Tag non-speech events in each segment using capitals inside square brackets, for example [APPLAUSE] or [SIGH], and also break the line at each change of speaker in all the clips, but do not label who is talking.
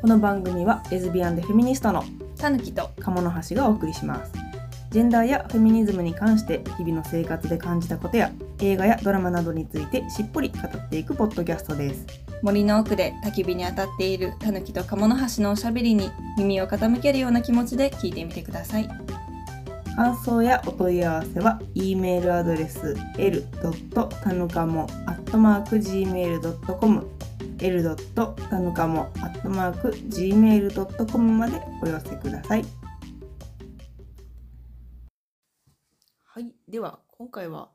この番組はレズビアンでフェミニストの
たぬきと
鴨の橋がお送りしますジェンダーやフェミニズムに関して日々の生活で感じたことや映画やドラマなどについてしっぽり語っていくポッドキャストです
森の奥で焚き火に当たっているたぬきと鴨の橋のおしゃべりに耳を傾けるような気持ちで聞いてみてください
感想やお問い合わせは e メールアドレス l. たぬかも @gmail.com l. たぬかも @gmail.com までお寄せください
はい、では今回は、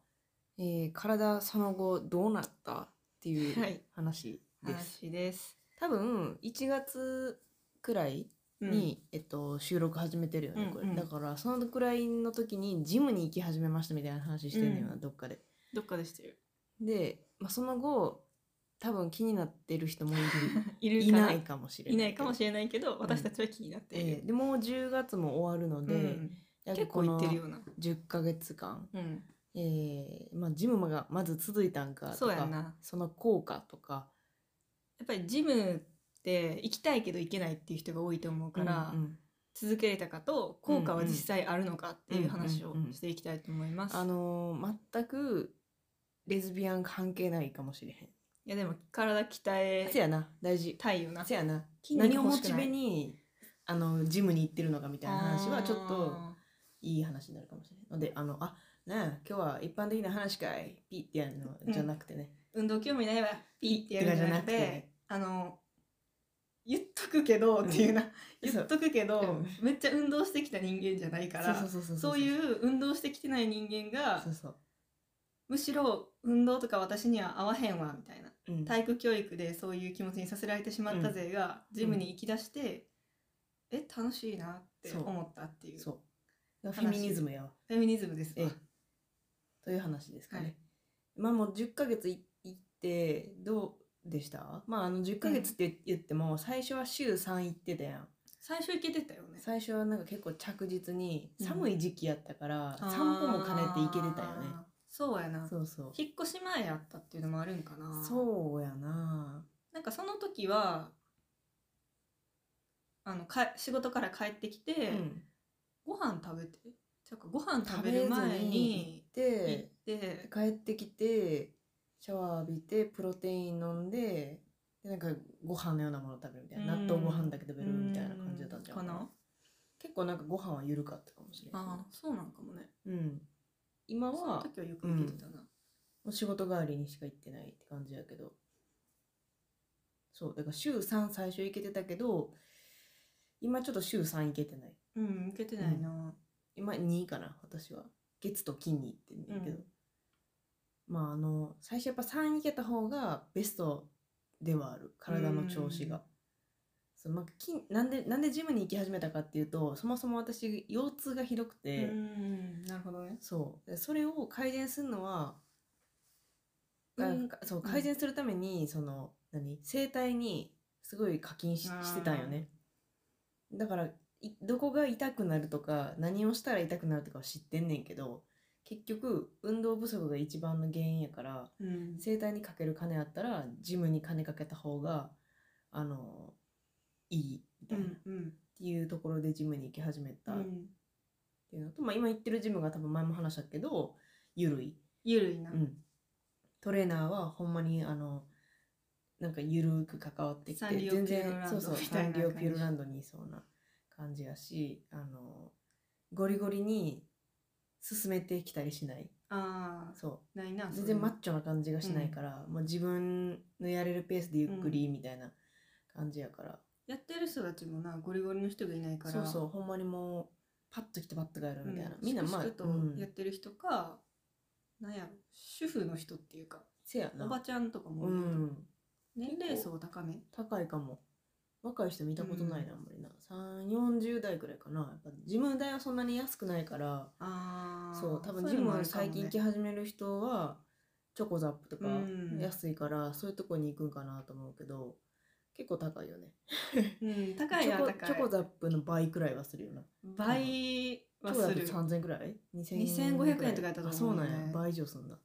えー体その後どうなったっていう
はい
話です。
話です
多分1月くらいに、えっと、収録始めてるよねこれ、
うんうん
だからそのくらいの時にジムに行き始めましたみたいな話してるのよな、
うん
どっかで。
どっかでしてる
で、まあ、その後多分気になってる人もい
[LAUGHS] い
る
る
い
かな
ないかもしれないい。
ないかもし
れ
れないけど私たちは気になってい
え
る、
ーでもう10月も終わるので、
うん
約
結
こ
構
の
行ってるような、
10ヶ月間
うん、
えーまあ、ジムがまず続いたんかとか
そうやんな
その効果とか
やっぱりジムって行きたいけど行けないっていう人が多いと思うから、
うんうん
続けれたかと効果は実際あるのかっていう話
う
を
んうんうん
していきたいと思います、
あのー全くレズビアン関係ないかもしれへ
いやでも体鍛
ん。せ
え
やな大事。
たいよな
せやな
筋肉
何を
欲
モ
しく
チ
ない
ベにあのジムに行ってるのかみたいな話はちょっと
あ
いい話になるかもしれないのであのあねえ今日は一般的な話かいピッてやるのじゃなくてね、
ー運動興味ないわピーってやるんじゃな
と
くて
かじゃなくて
あの言っとくけどっていう [LAUGHS] な、
うん
言っとくけど、
うん
めっちゃ運動してきた人間じゃないからそう
そうそう
いうう運動してきてない人間が
そうそう、
むしろ運動とか私には合わへんわみたいな
うん、
体育教育でそういう気持ちにさせられてしまった勢が、ジムに行き出して、え楽しいなって
そう
思ったっていう
そうフェミニズムやわ
フェミニズムですわ
ええという話ですかね。
はい
まあもう10ヶ月い行ってどうでしたまああの10ヶ月って言っても最初は週3行ってたやん。
最初行けてたよね
最初はなんか結構着実に
うん
寒い時期やったから散歩も兼ねて行けてたよね。
あーそうやな
そうそう。
引っ越し前やったっていうのもあるんかな
そうやな。
なんかその時はあのか仕事から帰ってきて、
うん
ご飯食べてちゃうかご飯食べる前に
食べず
行
に
って
行って帰ってきてシャワー浴びてプロテイン飲んででなんかご飯のようなもの食べるみたいな、
うん
納豆ご飯だけ食べるみたいな感じだったんじゃん
かな
結構なんかご飯は緩かったかもしれない。
ああそうなんかもね
うん、今
その
は
時はよく行けてたな、
お仕事代わりにしか行ってないって感じやけどそうだから週3最初行けてたけど今ちょっと週3行けてない
うん、行けてないな、
今2かな私は月と金に行ってんだけど、
う
まああの最初やっぱ3行けた方がベストではある体の調子が。
うん
そうまあ、筋なんでなんでジムに行き始めたかっていうとそもそも私腰痛がひどく
う
て、
んなるほどね
そうでそれを改善するのは、あ
うん
かそう
うん
改善するために、その何整体にすごい課金し
あー
してたんよねだからいどこが痛くなるとか何をしたら痛くなるとかは知ってんねんけど結局運動不足が一番の原因やから
うん
整体にかける金あったらジムに金かけた方があのいいみた
う
いな、っ
んうん
ていうところでジムに行き始めた
うん
っていうのと、まあ、今行ってるジムが多分前も話したけどゆるい、
ゆるいな、
うん、トレーナーはほんまにあのなんかゆるく関わってき
サン
て
リオピューロ
全然
ランド
そうそう
み
サ
た
ン
いな感じ
リオピューロランドにいそうな感じやしあのゴリゴリに進めてきたりしない
ああ
そう
ないな
全然マッ
て
チョな感じがしないから、もう自分のやれるペースでゆっくりみたいな感じやから、
やってる人たちもなゴリゴリの人がいないから
そうそうほんまにもうパッと来てパッと帰るみたいな、
うん、
みんなまあ、
粛
う
々とやっ
ん
てる人か、なんやろ主婦の人っていうか
せやな
おばちゃんとかも
う
いると、
ん
年齢層高め
高いかも若い人見たことないな、あ
うん
んまりな340代くらいかなやっぱジム代はそんなに安くないから
あー
そう多分
い
ジ
のもあ
ム
るかも
最
ね
近来始める人はチョコザップとか
うん
安いから、そういうとこに行くんかなと思うけど結構高いよね
うん、高い
チ
や
ョコ
高い
チョコザップの倍くらいはするよな
倍は
チョコザッ
す
プ
る
3000くらい2500
2500円とかやったと思うね
あそうなんや倍以上すんだ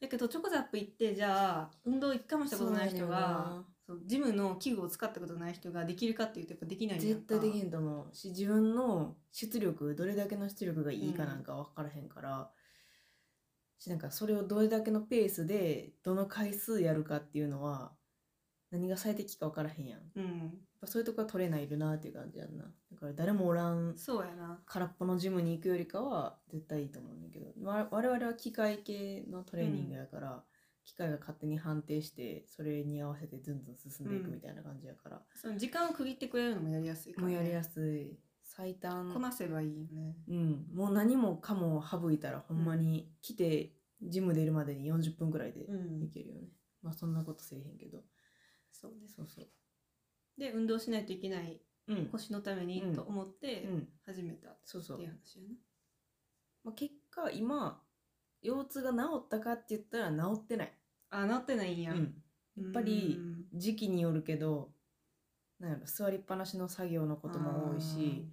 だけどチョコザップ行ってじゃあ運動一回もしたことない人
そうなんや
が
な
そそうジムの器具を使ったことない人ができるかっていうとやっぱできない
絶対でき
い
へんと思うし自分の出力どれだけの出力がいいかなんか分からへんから、しなんかそれをどれだけのペースでどの回数やるかっていうのは何が最適か分からへんやんやっ
うん
ぱそういうとこは取れないるなっていう感じやんなだから誰もおらん
そうやな
空っぽのジムに行くよりかは絶対いいと思うんだけどわ我々は機械系のトレーニングやから、機械が勝手に判定してそれに合わせてずんずん進んでいくみたいな感じやから、
その時間を区切ってくれるのもやりやすいから
もう
ね、
やりやすい最短
こなせばいいよね
うん、もう何もかも省いたらほんまに来てジム出るまでに40分くらいで
う
い
ん
けるよね、まあそんなことせえへんけど
そうです
そうそう
で運動しないといけない
うん、
腰のために
うん
と思って
うん、
始めたって
そうそう
いう話やな、
まあ、結果今腰痛が治ったかって言ったら治ってない、
あなってないん
う
や、
ん、やっぱり
うん
時期によるけどなんやろ座りっぱなしの作業のことも多いし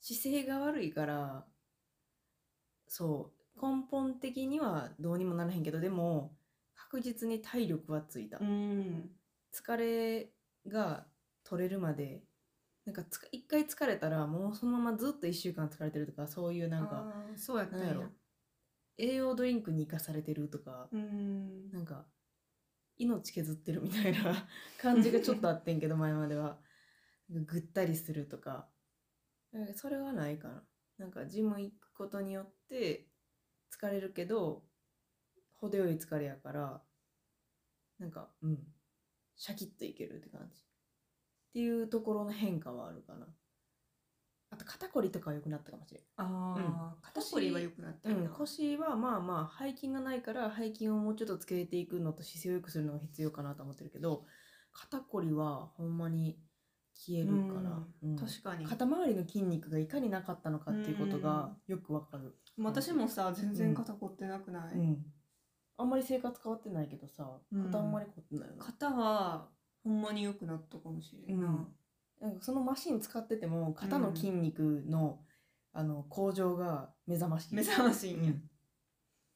姿勢が悪いからそう根本的にはどうにもならへんけどでも確実に体力はついた、
うん
疲れが取れるまでなんかつか一回疲れたらもうそのままずっと1週間疲れてるとかそういうなんか
あーそうやったん
なんやろ
や
栄養ドリンクに生かされてるとか、
うん
なんか命削ってるみたいな感じがちょっとあってんけど前まではなんかぐったりするとかなんかそれはないかななんかジム行くことによって疲れるけど程よい疲れやからなんかうんシャキッといけるって感じっていうところの変化はあるかなあと肩こりとかは良くなったかもしれん
ああ、肩こりは良くなった
うん、
んだ
腰はまあまあ背筋がないから背筋をもうちょっとつけていくのと姿勢を良くするのが必要かなと思ってるけど肩こりはほんまに消えるから、うん
確かに
肩周りの筋肉がいかになかったのかっていうことがよくわかる、
まあ私もさ全然肩こってなくない、
うんあんまり生活変わってないけどさ
うん
肩あんまり凝ってないよな、
肩はほんまに良くなったかもしれんな、
うんなんかそのマシン使ってても肩の筋肉の、あの向上が目覚ましい
目覚ましいん
う
や、
ん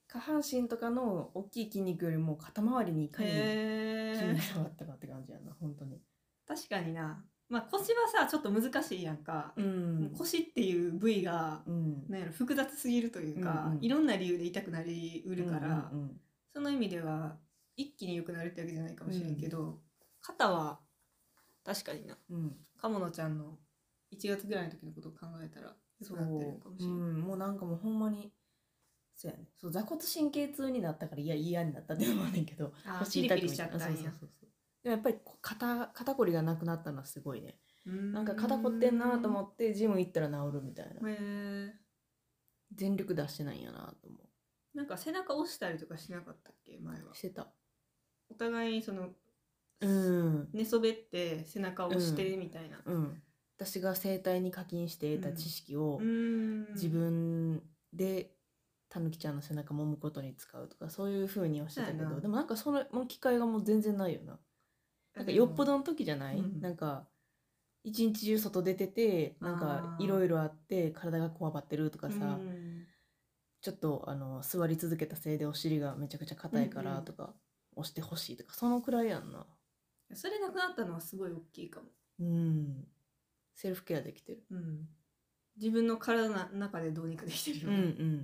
下半身とかの大きい筋肉よりも肩周りにいかに
へ
筋
え
肉下がったかって感じやな本当に
確かになまあ腰はさちょっと難しいやんか、
うん
腰っていう部位が
うん
なんやろ複雑すぎるというか、
うんうん
いろんな理由で痛くなりうるから、
うんうん
その意味では一気に良くなるってわけじゃないかもしれんけど、肩は確かにな
うんうん
鴨野ちゃんの1月ぐらいの時のことを考えたら良
そう
くなってるかもしれない、
うんもうなんかもうほんまにそうやねそう座骨神経痛になったからいや嫌になったって思うねんけど
あー
腰
ピリ
痛
ピ
く
リしちゃったんや
そうそうそうそうでもやっぱりこ肩肩こりがなくなったのはすごいね
な
なんか肩こってんなと思
っ
ってジム行ったら治るみたいな
へえ
全力出してないんやなと思
なんか背中押したりとかしなかったっけ前は
うしてた
お互いにその
うん
寝そべって背中を押してみたいな
うん私が整体に課金して得た知識を、
うん
自分でたぬきちゃんの背中揉むことに使うとかそういう風にはしてたけ
そうや
ど
な
でもなんかそのもう機会がもう全然ないよななんかよっぽどの時じゃない、
うん
なんか一日中外出ててなんか
あー
いろいろあって体がこわばってるとかさ、
うん
ちょっとあの座り続けたせいでお尻がめちゃくちゃ硬いか
うん
ら
うん
とか、押してほしいとかそのくらいやんな
それなくなったのはすごい大きいかも、
うんセルフケアできてる
自分の体の中でどうにかできてる
う
よ
んう
ね、
んっ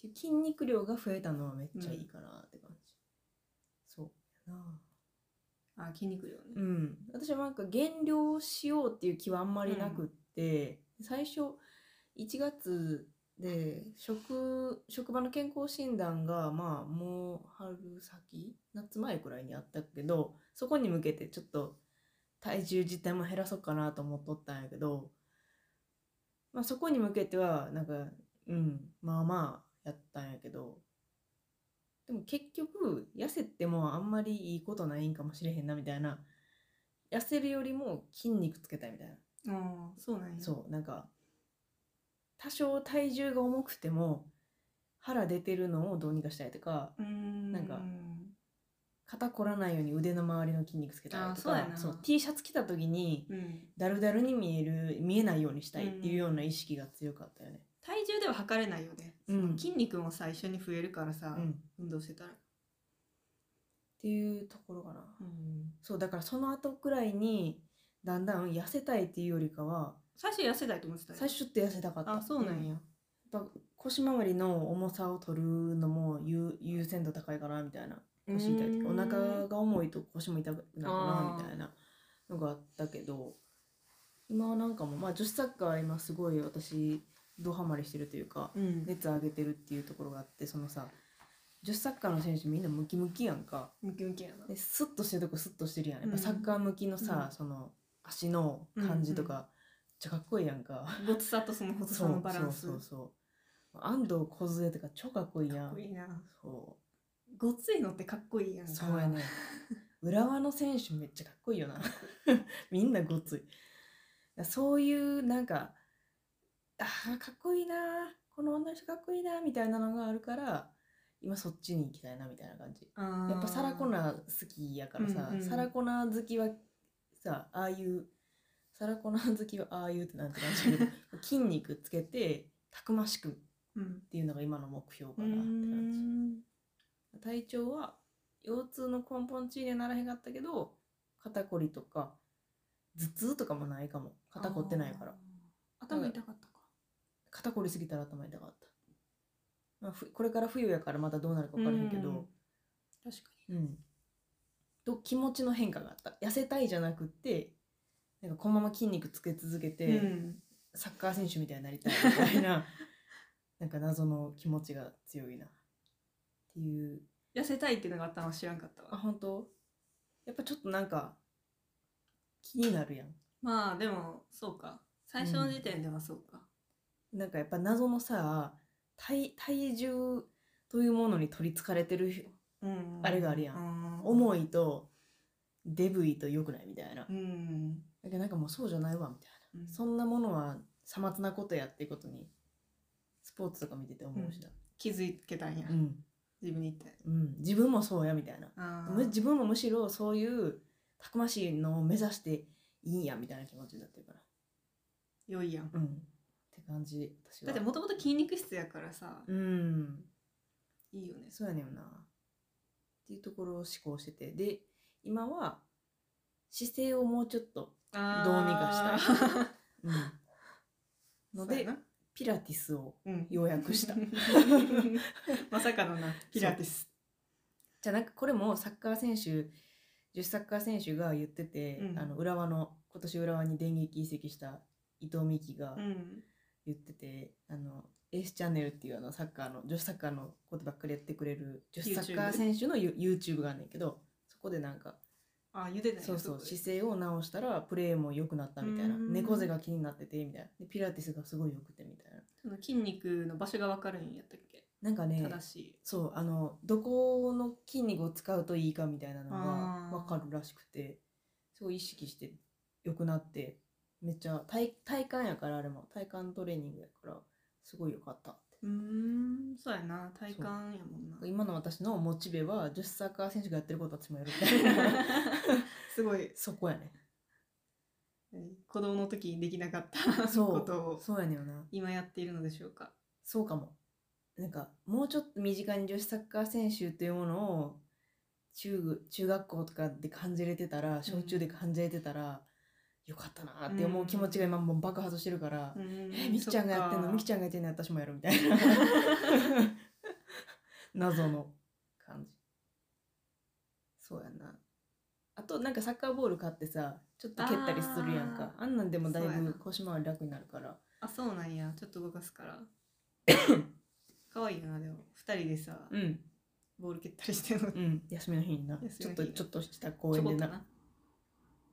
ていう筋肉量が増えたのはめっちゃいいかなって感じ、そうやな
あ筋肉量ね、
うん、私はなんか減量しようっていう気はあんまりなくって、最初1月で職職場の健康診断がまあもう春先夏前くらいにあったけどそこに向けてちょっと体重自体も減らそうかなと思っとったんやけど、まあ、そこに向けてはなんかうんまあまあやったんやけどでも結局痩せてもあんまりいいことないんかもしれへんなみたいな痩せるよりも筋肉つけたいみたいな、
ああそうなんや
そうなんか多少体重が重くても腹出てるのをどうにかしたいとか
うん
なんか肩こらないように腕の周りの筋肉つけたい
あ
と
そうや
か
な
T シャツ着た時に
うん
だるだるに見える見えないようにしたいっていうような意識が強かったよね。
体重では測れないよね、
うん
筋肉も最初に増えるからさ、
うん
運動してたら
っていうところかな、
うん
そうだからその後くらいにだんだん痩せたいっていうよりかは
最初痩せたいと思ってたよ
最初ちょっと痩せたかった
あそうなんや
やっぱ腰回りの重さを取るのも優優先度高いかなみたいな腰痛いっていうかお腹が重いと腰も痛くなるかなみたいなのがあったけど今はなんかもうまあ女子サッカーは今すごい私ドハマりしてるというか
うん
熱上げてるっていうところがあってそのさ女子サッカーの選手みんなムキムキやんか
ムキムキやな
でスッとしてるとこスッとしてるやんやっぱ
うん
サッカー向きのさ、
うん
その足の感じとか、
うん
めっちゃかっこいいやんか
ごつさとその細さのバランス
そうそうそうそう安藤梢とか超かっこいいやん
かっこいいな
そ
ごついのってかっこいいやん
う
か
そうやね浦和の選手めっちゃかっこいいよな [LAUGHS] みんなごついそういうなんかあーかっこいいなこの女の人かっこいいなみたいなのがあるから今そっちに行きたいなみたいな感じ
や
やっぱサラコナ好きやからさ、
うんうん
サラコナ好きはさああいうサラコナ好きはああいうってなんて感じ
[LAUGHS]
だけど筋肉つけてたくましくっ
うん
ていうのが今の目標かなって感じ体調は腰痛の根本治療にはならへんかったけど肩こりとか頭痛とかもないかも肩こってないから
あー頭痛かったか
肩こりすぎたら頭痛かった、まあ、ふこれから冬やからまたどうなるか分からへんけど、
うん確か
うん、と気持ちの変化があった痩せたいじゃなくってなんかこのまま筋肉つけ続けて、
にうん
サッカー選手みたいになりたいみたい
[LAUGHS]
ななんか謎の気持ちが強いなっていう
痩せたいっていうのがあったのは知らんかった
あ
わ
本当やっぱちょっとなんか気になるやん
まあでもそうか最初の時点ではそうか
なんかやっぱ謎のさ体体重というものに取りつかれてる
うん
あれがあるやん
ん
重いとデブいと良くないみたいな、
うん
だけどなんかもうそうじゃないわみたいな
うん
そんなものはさまつなことやっていうことにスポーツとか見てて思うしだ、
気づけたんや
うん
自分に言って
うん自分もそうやみたいな
あー
む自分もむしろそういうたくましいのを目指していいんやみたいな気持ちになってるから
良いやん
うんって感じ私は
だってもともと筋肉質やからさ
うん
いいよね
そうやねんなっていうところを思考しててで今は姿勢をもうちょっと、どうにか
[LAUGHS] したい
[LAUGHS] うん、の
の
で
で
ピラティスを
うん
要約した
[LAUGHS] まさかのなピラティス
じゃあなんかこれもサッカー選手女子サッカー選手が言ってて、
うん
あの浦和の今年浦和に電撃移籍した伊藤美希が
うん
言ってて、あのエースチャンネルっていうあのサッカーの女子サッカーのことばっかりやってくれる女子サッカー
YouTube
選手の You- YouTube があるんだけどそこでなんか
あ茹でたんや
そうそう
こで
姿勢を直したらプレーも良くなったみたいな
うん
猫背が気になっててみたいなでピラティスがすごい良くてみたいな
その筋肉の場所が分かるんやったっけ
なんかね
正しい
そうあのどこの筋肉を使うといいかみたいなの
あー
が分かるらしくてすごい意識して良くなってめっちゃ体体幹やからあれも体幹トレーニングやからすごい良かったって
うーんそうやな体幹やもんな
今の私のモチベは女子サッカー選手がやってること私もやるみたいな
[LAUGHS] [LAUGHS] すごい
そこやね
子供の時にできなかった
そう
ことを
そうやねんな
今やっているのでしょうか
そうかもなんかもうちょっと身近に女子サッカー選手というものを中中学校とかで感じれてたら小中で感じれてたら、よかったなって思う気持ちが今もう爆発してるから、えみきちゃんがやってんのみき
ゃ
ちゃんがやってんの私もやるみたいな [LAUGHS] 謎の感じそうやなあとなんかサッカーボール買ってさちょっと蹴ったりするやんかあんなんでもだい
そうやな
ぶ腰回り楽になるから
あそうなんやちょっと動かすから
[COUGHS]
可愛いよなでも2人でさ、
うん
ボール蹴ったりしてるのち
うん、休みの日にな
休
ちょ
みの
っ
日
と
に
ちょっとした公
ょ
園
こっ
で
と
な
な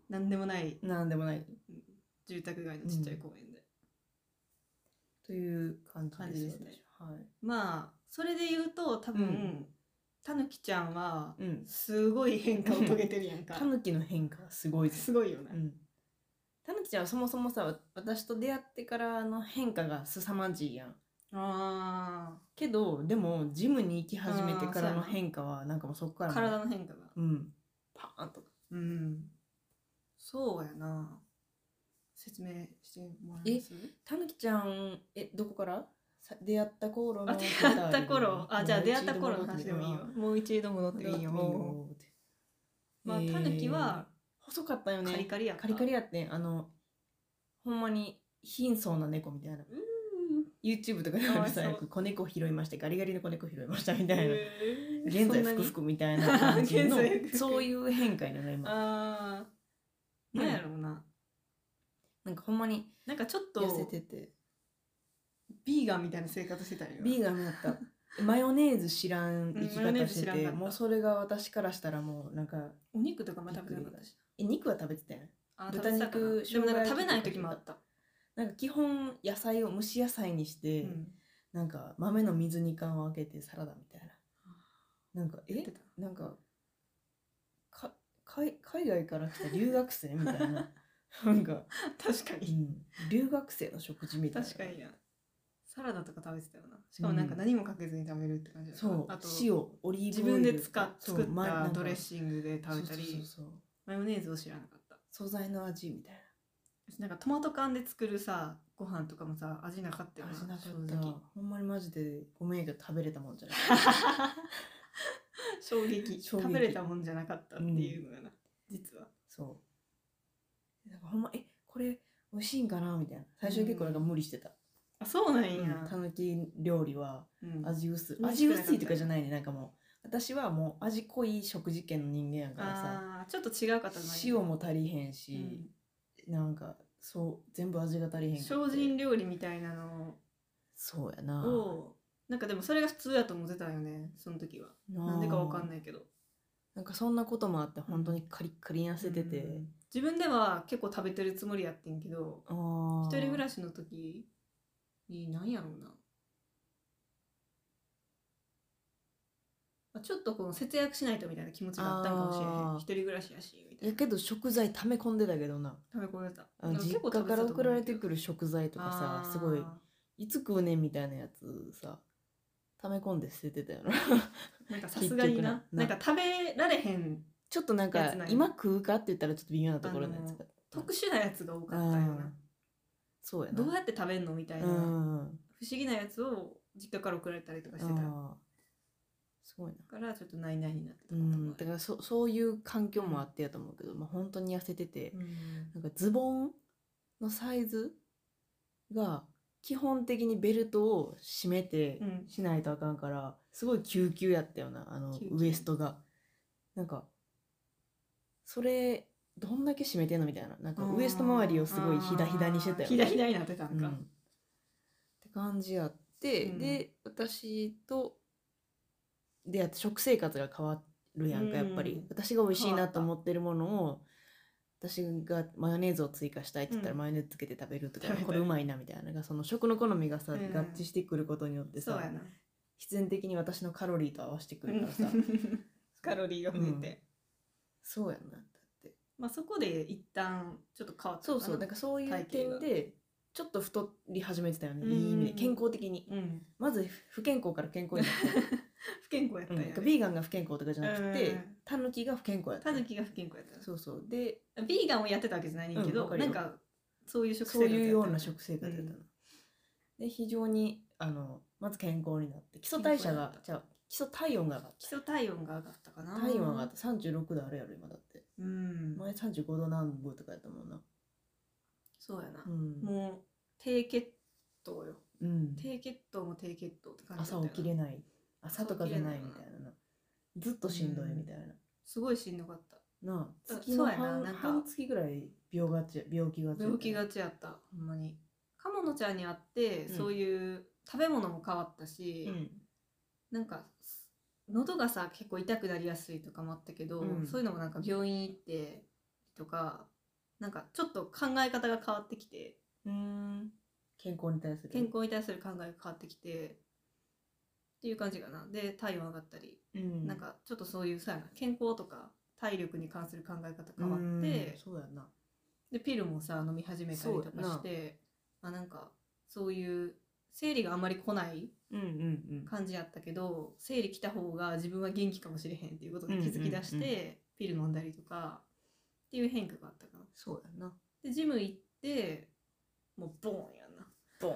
なんでもない
なんでもない
住宅街のちっちゃい公園で、
という感じ
感
です
じですね
私ははい
まあそれで言うと多分、
うん
たぬきちゃんは
うん、
すごい変化を遂げてるやんか
タヌキの変化はすごいです、
[LAUGHS] すごいよね、
うん、タヌキちゃんはそもそもさ私と出会ってからの変化が凄まじいやん
あ
けどでもジムに行き始めてからの
あーそうやな
変化はなんかもうそこか
あ
ら
体
も
の変化が
うんパーンと
うんそうやな説明してもらえます
タヌキちゃんえどこからさ出会った頃の
あ出会った頃あじゃあ出会った頃の話でもいいよ
も
もう一度戻っ
う
て
一
もいい
度
よ
戻ってみようって
まあタヌキは
細かったよね
カリカリやった
カリカリやってんあのほんまに貧相な猫みたいな
うーん
YouTube とかであるさ
かわいそう
よく子猫拾いましてガリガリの子猫拾いましたみたいな、
へー
現在
そんな
福
に
福みたいな感じの
現在福福
そういう変化になる今
あーなんやろうな
なんかほんまに
なんかちょっ
痩せ
と
てて
ビーガンみたいな生活してたんよ
ビーガンになったマヨネーズ知らん生き
うんマヨネー
方
ズ
して
知らん
て
かった
もうそれが私からしたらもうなんか
お肉とかも食べなかったし
え肉は食べてたやん
あー
豚肉
食べてたかなでもなんか食べない時もあった、
なんか基本野菜を蒸し野菜にして、
うん
なんか豆の水煮缶を開けてサラダみたいななんか
やっ
え
てた
なんかか海海外から来た留学生みたい
[LAUGHS]
ななんか、
確か
う
に
ん、留学生の食事みたいな
確かになサラダとか食べてたよなしかもなんか何もかけずに食べるって感じだった
そう
あと
塩オリー
自
ブオイ
分
ル
で使っ
そう
作っ
まなん
た
か
ドレッシングで食べた
そうそう
り
そうそう
マヨネーズを知らなかった
素材の味みたい
なんかトマト缶で作るさご飯とかもさ味なかったよ
な
な
味なかっ
正
た
直
ほんまにマジでごめんやけど食べれたもんじゃ
[LAUGHS]
ない
衝撃
衝撃
[LAUGHS] 食べれたもんじゃなかったっていうのがな、実は
そうなんかほんまえこれ美味しいんかなみたいな最初は結構なんか無理してた、
あそうなんや、
たぬき料理は
うん
味薄い
うん
味薄いとかじゃないねなんかもう私はもう味濃い食事圏の人間やからさ
あーちょっと違う方ない
塩も足りへんし、なんかそう全部味が足りへんくて
精進料理みたいなの
そうやな
をなんかでもそれが普通やと思ってたよねその時はなんでかわかん
い
ないけど
なんかそんなこともあって本当にカリッカリに痩せてて、
うん自分では結構食べてるつもりやってんけど
あー
一人暮らしの時に何やろうなまあちょっとこの節約しないとみたいな気持ちがあったんかもしれへ
あ
ん
ー
一人暮らしやしみたい
や
な
けど食材溜め込んでたけどな
食べ込んでた
あの実家から送られてくる食材とかさすごいいつ食うねんみたいなやつさ溜め込んで捨ててたよな
なんかさすが
結局
にな
な
なんか食べられへん
ちょっとなんか
やつなんや
今食うかって言ったらちょっと微妙なところのやつが
特殊なやつが多かったよ
あー
な
そうやな
どうやって食べんのみたいな
う
不思
ん
議なやつを実家から送られたりとかしてたか
あーすごいな
らちょっとないないになってた
う
ことも
ん
あ
だ
る
からそそういう環境もあってやと思うけど、まあ、本当に痩せてて、
うん
なんかズボンのサイズが基本的にベルトを締めて
うん
しないとあかんから、すごい急急やったよなあの
キュウキュウ
ウエストがなんかそれどんだけ締めてんのみたいななんかウエスト周りをすごいひだひだにしてたよ
ひだひだになってたん
うん、
か、
って感じやって、
うん
で私とであと食生活が変わるやんかやっぱり、
うん
私が美味しい
変わ
な
った
と思ってるものを私がマヨネーズを追加したいって言ったら
うん
マヨネーズつけて食べるとか、
食べたい
これうまいなみたいなのがその食の好みがさ、
うん
合致してくることによって
そう
さ
やな
必然的に私のカロリーと合わせてくるからさ
[LAUGHS] カロリーが増えて、
そうやんなだって
まあそこで一旦ちょっと変わった
そうそう
だ
なんかそういう
体型
点
が
でちょっと太り始めてたよね、
うん
いい意味で健康的に
うん
まず不健康から健康になった
不健康やった
[LAUGHS] うんん
や
なん
ね
かビーガンが不健康とかじゃなく
う
て
ん
タヌキが不健康やった
タヌキが不健康やった
そうそうで
ビーガンをやってたわけじゃないねんけ
うん
ど、
わかる
な
よ
んかそういう食生
そう
活やった
いうような
食
食生活やったの、
う
で非常にあのまず健康になって基礎代謝がじゃあ基礎体温が上がっ
基礎体温が上がったかな
た体温上がった36度あるやろ今だって
うん
前35度南部とかやったもんな
そうやな
う、ん、
もう低血糖よ
うん、
低血糖も低血糖って感じだ
朝
ったよな
起きれない朝とかじゃないみたいなずっとしんどいみたいな、
すごいしんどかった
なあ
そう
月の
そうやな
半
なんか
半月ぐらい病がち病気がち
病気がちやったほんまに鴨野ちゃんに会って、
うん
そういう食べ物も変わったし、
うん
なんか喉がさ結構痛くなりやすいとかもあったけど、
うん
そういうのもなんか病院行ってとかなんかちょっと考え方が変わってきて
うん健康に対する
健康に対する考えが変わってきて、っていう感じかなで体温上がったり、
うん
なんかちょっとそういうさやな健康とか体力に関する考え方変
変
わ
わ
っ、
っててそうやな
でピルもさ飲み始めたりと
そう
か
やな
してあなんかそういう生理があんまり来ない
うんうんうん
感じやったけど生理来た方が自分は元気かもしれへんっていうことに気づき出して、
うんうんう
ピル飲んだりとかっていう変化があったかな
そうやな
でジム行ってもうボーンやんな
ボーン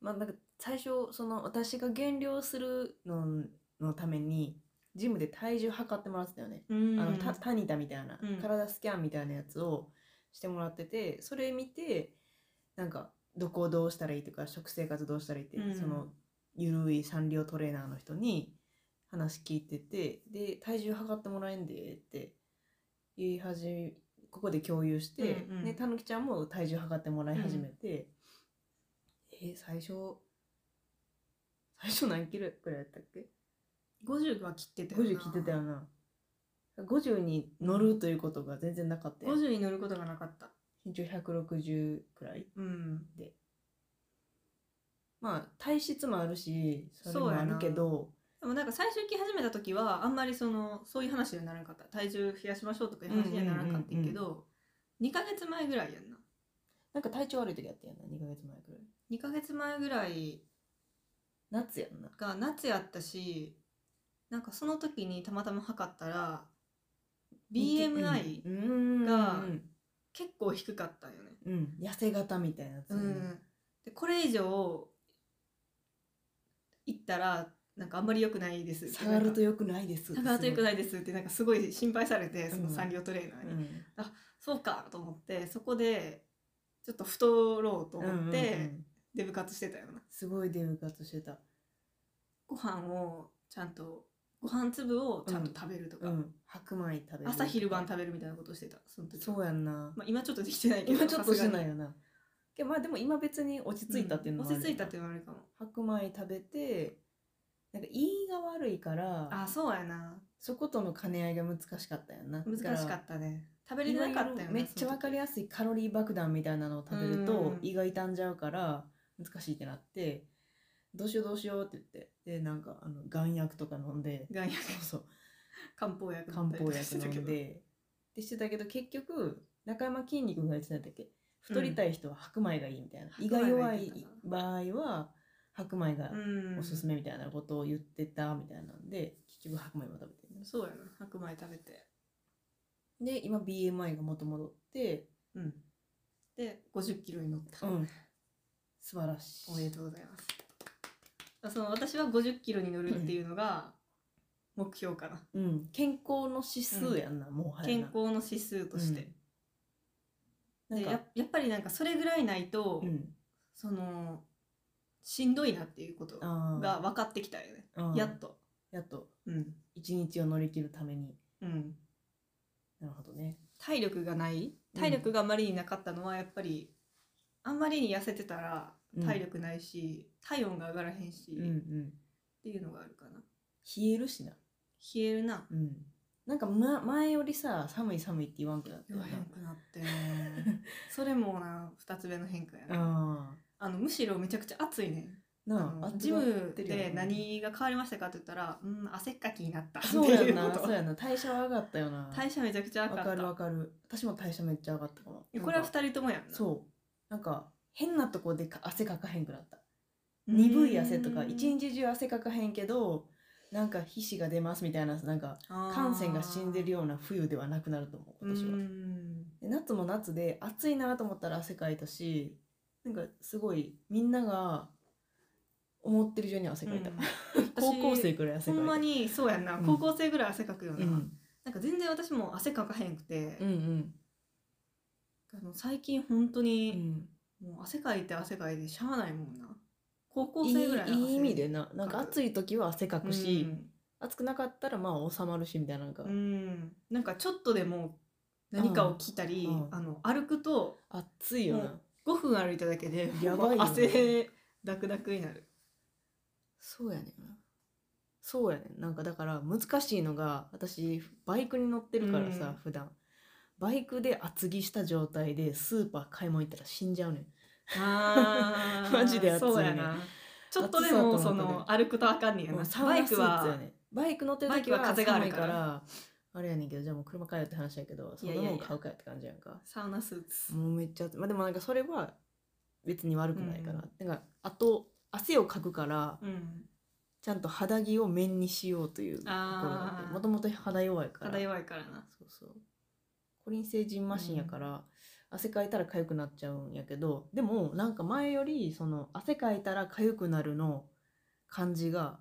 まあなんか最初その私が減量するののためにジムで体重測ってもらってたよね。
うん
あのタタニタみたいな、
うん
体スキャンみたいなやつをしてもらっててそれ見てなんかどこをどうしたらいいとか食生活どうしたらいいって、
うん
そのゆるい産業トレーナーの人に話聞いててで体重測ってもらえんでって言い始めここで共有して、
うんうん
でたぬきちゃんも体重測ってもらい始めて、え最初最初何キロくらいやったっけ
50は切ってたよな
50切ってたよな50に乗るということが全然なかったよ
50に乗ることがなかった
身長160くらい
うん
でまあ体質もあるしそれ
そ
も
うや
あ
な
るけど
でもなんか最初来始めた時はあんまりそのそういう話にはならんかった体重増やしましょうとかいう話にはならんかったんやけど、二ヶ2ヶ月前ぐらいやんな
なんか体調悪い時あったよな2ヶ月前くらい
2ヶ月前ぐらい
夏やんな
が夏やったしなんかその時にたまたま測ったら BMI
うん
が
うん
結構低かったんよね。
うん痩せ型みたいなやつ、
うん、でこれ以上行ったらなんかあんまり良くないですって
下がると
なんか
よくないです
下がると良く
ない
ないですってなんかすごい心配されてその産業トレーナーに、
うん
そうかと思ってそこでちょっと太ろうと思っ
うんうんう
て
ん
デブ活してたよな。
すごいデブ活してた
ご飯をちゃんとご飯粒をちゃんと食べるとか、
うん白米食べる
朝昼晩食べるみたいなことをしてたその時
そうやんな
まあ、今ちょっとできてないけど
今ちょっとしてない
い
よなけどまあでも今別に落ち着いたっていうのもある
落ち着いたっていうのはあるかも
白米食べてなんか胃が悪いから
あそうやな
そことの兼ね合いが難しかったよな
難しかったね食べれてなかったよね
めっちゃわかりやすいカロリー爆弾みたいなのを食べる
うん
と
うん
胃が傷んじゃうから難しいってなってどうしようどうしようって言ってでなんかあの眼薬とか飲んで
眼薬
そうそう
漢方薬
漢方薬飲
飲
ん
んで
でってしてたけど結局中山筋肉が言ってたんだっけ太りたい人は白米がいいみたいな、
うん
胃が弱
白米がいい
い
か
場合は白米が
うん
おすすめみたいなことを言ってたみたいなんで結局白米も食べてるんです
そうやな白米食べて
で今 BMI が元戻って、
うんで50キロに乗った、
うん、素晴らしい
おめでとうございますその私は50キロに乗るっていうのが目標かな、
うん、健康の指数やんな、もはやな
健康の指数として、、
うん
で
なん
や
か
やっぱりなんかそれぐらいないと、
うん
そのしんどいなっていうこと
あー
が分かってきたよね、
うん
やっと
やっと
うん、
一日を乗り切るために
うん、
なるほどね
体力がない体力があまりになかったのはやっぱりあんまりに痩せてたら
うん
体力ないし、体温が上がらへんし、
うんう
っ
ん
ていうのがあるかな
冷えるしな
冷えるな
うんなんか、ま、前よりさ寒い寒いって言わんくなったよな
くなって [LAUGHS] るそれもな2つ目の変化やな、
あ
あのむしろめちゃくちゃ暑いね
ーなあ
あの
暑
ジ
がっ
ム
てるよ
で
な
何が変わりましたかって言ったら、うん、汗っかきになったって
そうや
い
ん
うこ
な
と
そうやんな代謝は上がったよな
代謝めちゃくちゃ上
わ
が
か
っ
るわ
た
かる私も代謝めっちゃ上がったかも
これは
人
2人ともやんな
そうなんか変なとこでか汗かかへんくなった
うん
鈍い汗とか一日中汗かかへんけどなんか皮脂が出ますみたいななんか汗腺が死んでるような冬ではなくなると思う
う
今年は
ん
で夏も夏で暑いなと思ったら汗かいたしなんかすごいみんなが思ってる以上に汗かいた、 [LAUGHS] 高校生くらい
ほ
汗かいた
んまにそうやんな、
うん
高校生ぐらい汗かくよな、
うん
なんか全然私も汗かかへんくて、
うんうん
あの最近本当
う
に、
ん
もう汗かいて汗かいてしゃあないもんな高校
いい
生ぐらいの汗
いい意味でななんか暑い時は汗かくし、
うん
暑くなかったらまあ収まるしみたいななんか、
うん、なんかちょっとでも何かを着たり、
うんうん
あの歩くと
暑いよな、
うん5分歩いただけで
やばいよね
もう汗ダクダクになる。
そうやねんなそうやねんなんかだから難しいのが私バイクに乗ってるからさ、
うん
普段バイクで厚着した状態でスーパー買い物行ったら死んじゃうねん
[LAUGHS] あ
マジで暑いね
そうやな。ちょっとでも
暑さと
そ
の
の歩くとあかんねや
もう
な。
サウ
バイ
ナス
ク
ーツや
は
ねんバイク乗ってる時
バイクは
は
風があ
寒
る
い
か
かららあれやねんけどじゃあもう車買えよって話やけどそんない
やい
も
や
ん
いや
買うかよって感じやんか
サウナスーツ。
もうめっちゃ暑いまあでもなんかそれは別に悪くないかな、なんかあと汗をかくから
うん。
ちゃんと肌着を面にしようというところがあっ
あ
て
ー
もともと肌弱いから
肌弱いからな。
そうそう。コリン成人マシンやから、汗かいたら痒くなっちゃうんやけど、でもなんか前よりその汗かいたら痒くなるの感じが、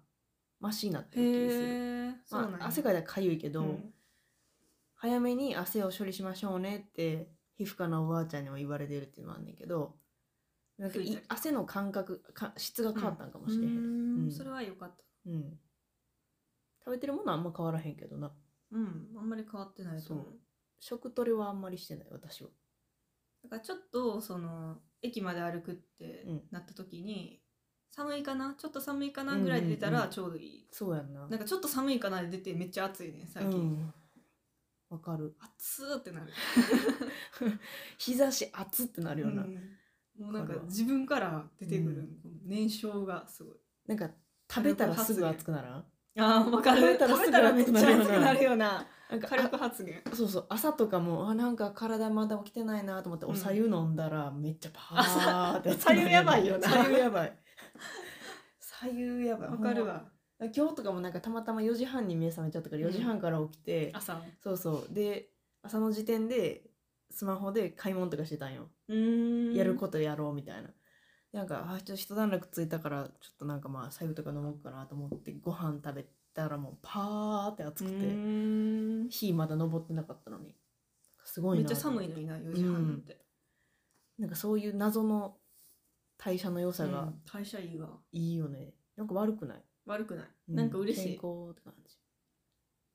マシになって
へ
る気がする。
えそうなん
ま
や
あ、汗かいたらかゆいけど、
うん
早めに汗を処理しましょうねって皮膚科のおばあちゃんにも言われてるっていうのもあんねんけどなんかい
増えたり
汗の感覚か質が変わったんかも
う
しれへん、うん
ん
うん
それは良かった
食べてるものはあんま変わらへんけどな
うんあんまり変わってないと思う
そう食トレはあんまりしてない私は
だからちょっとその駅まで歩くって
うん
なった時に、寒いかなちょっと寒いかなぐらいで出た
うんうん
ら
うん
ちょうどいい、
そうやんな
なんかちょっと寒いかなで出てめっちゃ暑いね最
う
近、
んわかる
暑ーってなる
日差し熱ってなるよな、
うんもうな
わ
んか
かるわ
自分から出てくる、
うん
この燃焼がすごい
なんか食べたらすぐ熱くならん
ああわ
かる
食べたらめっちゃ熱
熱
く
く
な
な
る
る
ような
なんか
火力発言
あそうそう朝とかもあなんか体まだ起きてないなと思っておさゆ飲んだらめっちゃパーって
朝白湯やばいよな
さゆや
[LAUGHS]
ばいさゆ [LAUGHS] やばい
わかるわ
ほんま今日とかもなんかたまたま4時半に目覚めちゃったから4時半から起きて、
朝
そうそうで朝の時点でスマホで買い物とかしてたんよ、
うん
やることやろうみたいななんかあちょっと一段落ついたからちょっとなんかまあさゆとか飲もうかなと思ってご飯食べたらもうパーって暑
う
くて、
ん
日まだ登ってなかったのにすごい
め
な
っちゃ寒いのにな4時半なんて、
なんかそういう謎の代謝の良さ
う
が
ん代謝いいわ
いいよね、なんか悪くない、
悪くない、なんか嬉し
健
い
康って感じ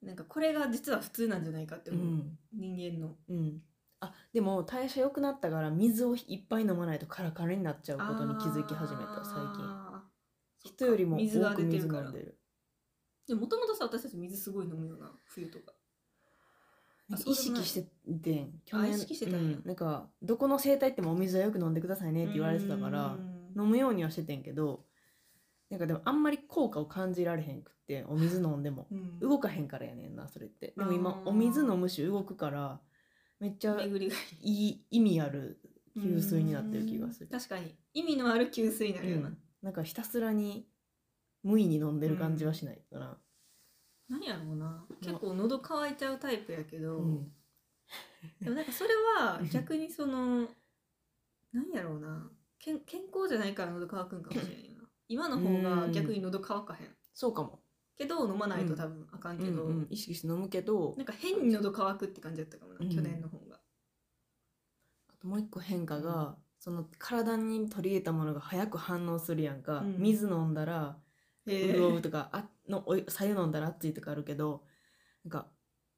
なんかこれが実は普通なんじゃないかって
う
思う、
ん
人間の
うんあでも代謝良くなったから水をいっぱい飲まないとカラカラになっちゃうことに気づき始めた最近
あー
人よりも多
水が
く
出て
水
る
飲
から
んでる
でもともとさ私たち水すごい飲むよな冬とかあそう
意
でもな
識
い
しててん去年
あ意識してたんや
うんなんかどこの生態行ってもお水はよく飲んでくださいねって言われてたから飲むようにはしててんけどなんかでもあんまり効果を感じられへんくってお水飲んでも
うん
動かへんからやねんなそれってでも今
あー
お水飲むし動くからめっちゃ
巡りが
いい意味ある給水になってる気がする
うん確かに意味のある給水になるよな、
うんなんかひたすらに無意に飲んでる感じはしないかな、
何やろうな結構喉乾いちゃうタイプやけど、
うん
でもなんかそれは逆にその何やろうなけん健康じゃないから喉乾くんかもしれんよな今の方が逆に喉乾かへん
そうかも、
けど飲まないと多分あかんけど、
うんうん意識して飲むけど
なんか変に喉乾くって感じだったかもな、
うん
去年の方が
あともう一個変化が、その体に取り入れたものが早く反応するやんか、
うん
水飲んだら
へ
潤うとかあのおさゆ飲んだら熱いとかあるけどなんか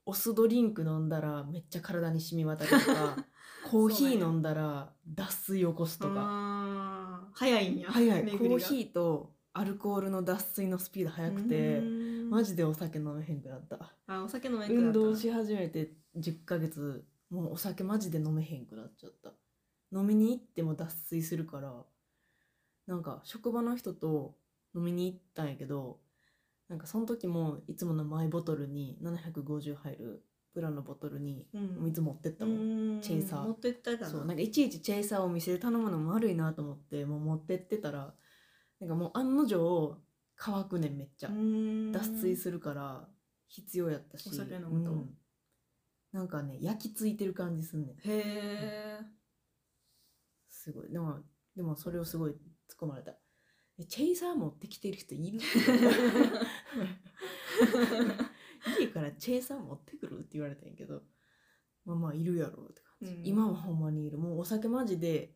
お酢ドリンク飲んだらめっちゃ体に染み渡るとかコーヒー飲んだら脱水起こすとか
あー早いんや
早いコ
巡りが
ーヒーとアルコールの脱水のスピード速く
う
て
ーん
マジでお酒飲めへんくなった
あお酒飲めんくなった
運動し始めて10ヶ月もうお酒マジで飲めへんくなっちゃった飲みに行っても脱水するからなんか職場の人と飲みに行ったんやけどなんかその時もいつものマイボトルに750入るブラのボトルに
う
お
ん
水持ってった
う
もん、
ん
チェイサー
持ってったかな
そうなんかいちいちチェイサーをお店で頼むのも悪いなと思ってもう持ってってたらなんかもう案の定乾くねんめっちゃ、
うーん
脱水するから必要やったし
お酒飲むと
うんなんかね焼き付いてる感じすんねん
へえ
すごいでもでもそれをすごい突っ込まれたえチェイサー持ってきてる人
[LAUGHS]
いる家からチェイサー持ってくるって言われたんやけどまあまあいるやろって感じ、
うん
今はほんまにいるもうお酒マジで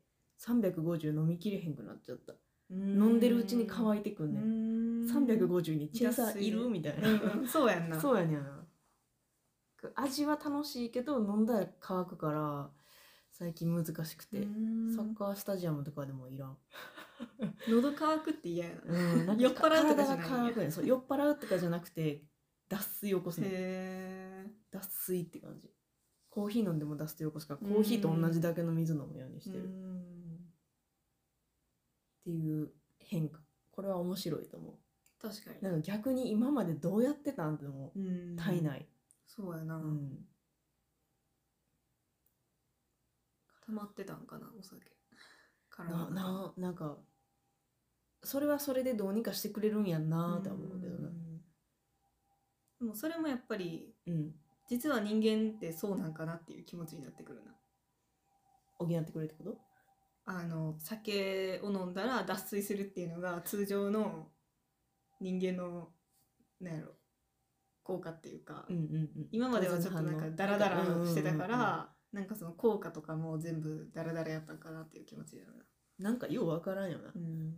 350飲みきれへんくなっちゃった
飲
飲んでるうちに乾いてくんねん
ん
350にチェイサーいるみたいな
うんそうやんな
そうやねんな味は楽しいけど飲んだら乾くから最近難しくて、サッカースタジアムとかでもいらん、
喉乾くって嫌やな
うん、なん
酔っ払うとかじゃな
体
いんや
が乾くねんそう酔っ払うとかじゃなくて脱水起こすねん
へ
脱水って感じコーヒー飲んでも脱水起こすからコーヒーと同じだけの水飲むように
え
してるっていう変化これは面白いと思
確かに
うなんか逆に今までどうやってたんでも
うん
体内、
そうやな、
うん
溜まってたんかなお酒から
なななんかそれはそれでどうにかしてくれるんやんなとは思うけどな
でもそれもやっぱり
うん
実は人間ってそうなんかなっていう気持ちになってくるな
補ってくれるってこと
あの酒を飲んだら脱水するっていうのが通常の人間のなんやろ効果っていうか、
うんうんうん
今まではちょっとなんかダラダラしてたか
うんうんうん
ら、なんかその効果とかも全部ダラダラやったんかなっていう気持ちだよな。
なんかようわからんよな
うん。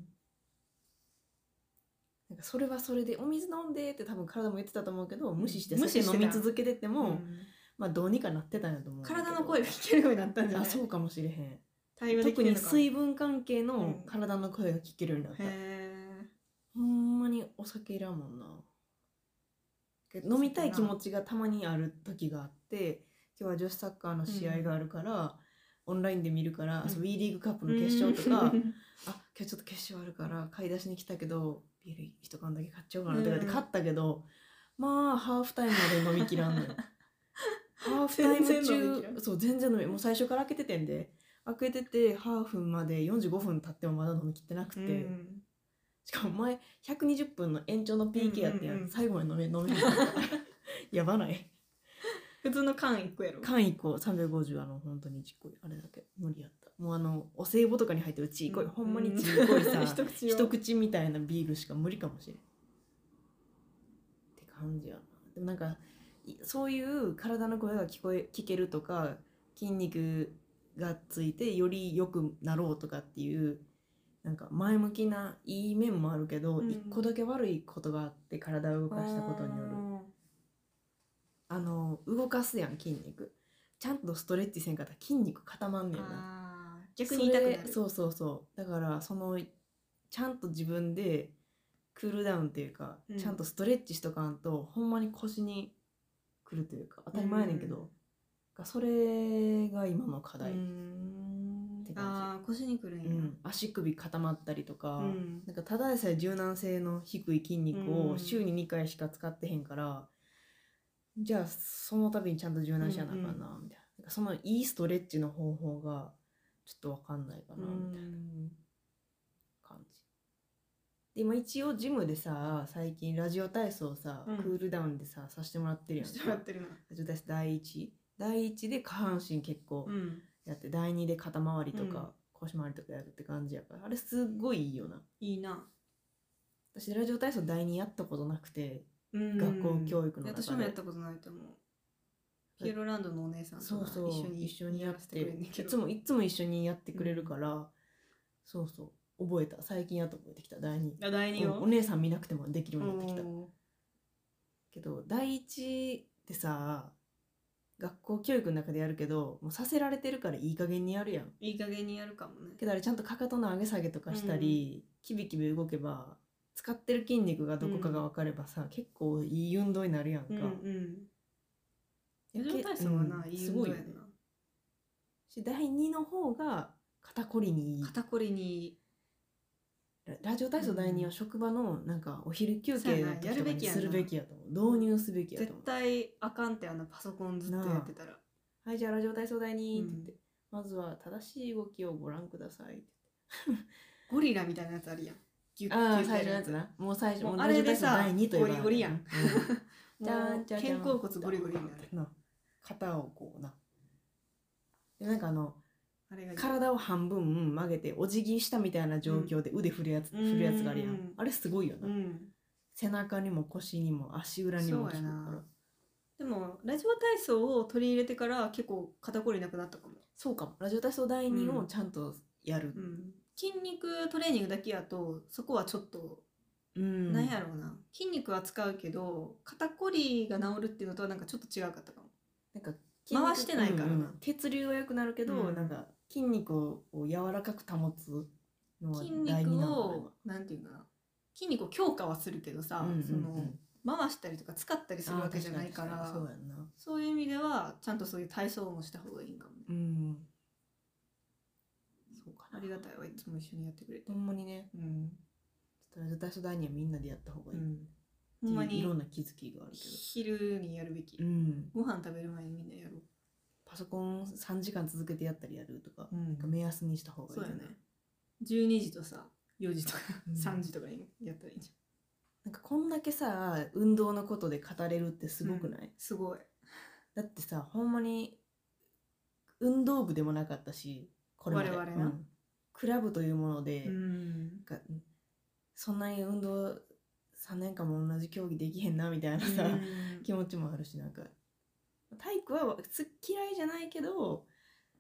なんかそれはそれでお水飲んでって多分体も言ってたと思うけど無視して
無
酒
視してた
飲み続けてても、
うん
まあどうにかなってたんやと思う
体の声が聞けるようになったんじゃ
あ
ない
そうかもしれへん
対応でき
特
てる
に
のかな
水分関係
う
の
ん
体の声が聞けるようになった、
へ
ほんまにお酒いらんもんな
え
飲みたい気持ちがたまにある時があって今日は女子サッカーの試合があるから、オンラインで見るから、
うん
そう WE リーグカップの決勝とか、
うん
あ今日ちょっと決勝あるから買い出しに来たけどビール一缶だけ買っちゃおうかなとかって
うん
買ったけど、まあハーフタイムまで飲みきらん
[LAUGHS]
のよハーフタイム
全然飲みきら
中
ん
そう全然飲みもう最初から開けててんで開けててハーフまで45分経ってもまだ飲みきってなくて、
うん
しかも前120分の延長の PK やってやん、
うんうんうん
最後まで飲め飲めへんかった [LAUGHS] やばない
普通の缶一個やろ。
缶1個350あの本当にちっこいあれだけ無理やったもうあのお歳暮とかに入ってるちっこい、ほんまにちっこいさ、
うん一口を
一口みたいなビールしか無理かもしれん。って感じやな。でもなんかいそういう体の声が聞こえ聞けるとか筋肉がついてより良くなろうとかっていうなんか前向きないい面もあるけど
うん
一、個だけ悪いことがあって体を動かしたことによるあの動かすやん筋肉ちゃんとストレッチせんかったら筋肉固まんねんな。
あー逆に痛くなる。
それそうそうそうだからそのちゃんと自分でクールダウンっていうか、
うん
ちゃんとストレッチしとかんとほんまに腰にくるというか当たり前やねんけど、がそれが今の課題、って感
ああ腰にくるん
じ、
や。
うん足首固まったりとか、
うん
なんかただでさえ柔軟性の低い筋肉
う
を
ん
週に2回しか使ってへんから、じゃあその度にちゃんと柔軟しやなあかんなみたいな,、なんかそのいいストレッチの方法がちょっとわかんないかなみたいな感じ。で今一応ジムでさ最近ラジオ体操さ、
うん
クールダウンでささせてもらってるやん
ちょっと待ってるな。
ラジオ体操第一第一で下半身結構
うん。
やって、第二で肩周りとか、
うん
腰回りとかやるって感じやからあれすっごいいいよない
いな。
私ラジオ体操第二やったことなくて
うん
学校教育の中で
私もやったことないと思う。ピエロランドのお姉さんと
そう
か
そう
一緒に
一緒にやっ
らせ
て
くれんねんけ
い
ど
つもいつも一緒にやってくれるから、そうそう覚えた最近やっと覚えてきた第二
あ第二
うんお
を。
姉さん見なくてもできるようになってきた
おー
けど第一ってさ学校教育の中でやるけどもうさせられてるからいい加減にやるやん
いい加減にやるかもね。
けどあれちゃんとかかとの上げ下げとかしたり、キビキビ動けば使ってる筋肉がどこかが分かればさ、結構いい運動になるやんか、
うんうん。ラジオ
け
体操はな、
うん
いい
す
運
ご
動
い
や
よ
ん
ね
な。
し第二の方が肩こりにいい
肩こりに
ララジオ体操第二は職場のなんかお昼休憩の時
そうやなやる
とか
べ
に
きやな
するべきやと思う導入すべきやと
絶
思う
対あかんってあのパソコンずっとやってたら
はい、じゃあラジオ体操第にって
うん
言って、まずは正しい動きをご覧くださいって
ゴリラみたいなやつあるやんギュ
言って。
ギュッてやる
な。もう最初、
もう
もう
あれで
ラジオ体操
さ
第二といえば
ゴリゴリやん
うん
じゃんじゃんじゃん肩甲骨ゴリゴリになる
な。肩をこうな。で、なんかあの、
あれがいい
体を半分曲げて、お辞儀したみたいな状況で腕振るやつ、
うん
振るやつがあるや
うん
ん。あれすごいよ
う
な。
ん
背中にも腰にも足裏にも効くか
そうやな
ら。
でもラジオ体操を取り入れてから結構肩こりなくなったかも、
そうかも。ラジオ体操第二をちゃんとやる
う。ん、筋肉トレーニングだけやとそこはちょっと
うん
なんやろうな筋肉は使うけど肩こりが治るっていうのとはなんかちょっと違うかったかも
なんか
筋肉回してないからな
うんうん血流は良くなるけど、
うん
なんか筋肉を柔らかく保つのは
筋
第
肉
二なのか
をなんていうかな筋肉を強化はするけど
な
さ、
うんうんうん
その回したりとか使ったりするわけじゃないから
あー確に確にそうやんな
そういう意味ではちゃんとそういう体操もした方がいいんかもね
うんそうか
ありがたいわいつも一緒にやってくれて
ほんまにね
うん
ちょっとラジオ体操第二はみんなでやった方がいい、
ほんま
い
に
ろんな気づきがあるけ
昼にやるべき、
どうん
ご飯食べる前にみんなやろう
パソコン三時間続けてやったりやるとか,、
うん
なんか目安にした方がいい
そうや
よ
ね
ね
12時とさ4時とか
うん
3時とかにやったらいいじゃん
なんかこんだけさ運動のことで語れるってすごくない、
すごい
だってさほんまに運動部でもなかったしこまで
我々な
うんクラブというもので、
ん
なんかそんなに運動3年間も同じ競技できへんなみたいなさ、気持ちもあるしなんか体育はす嫌いじゃないけど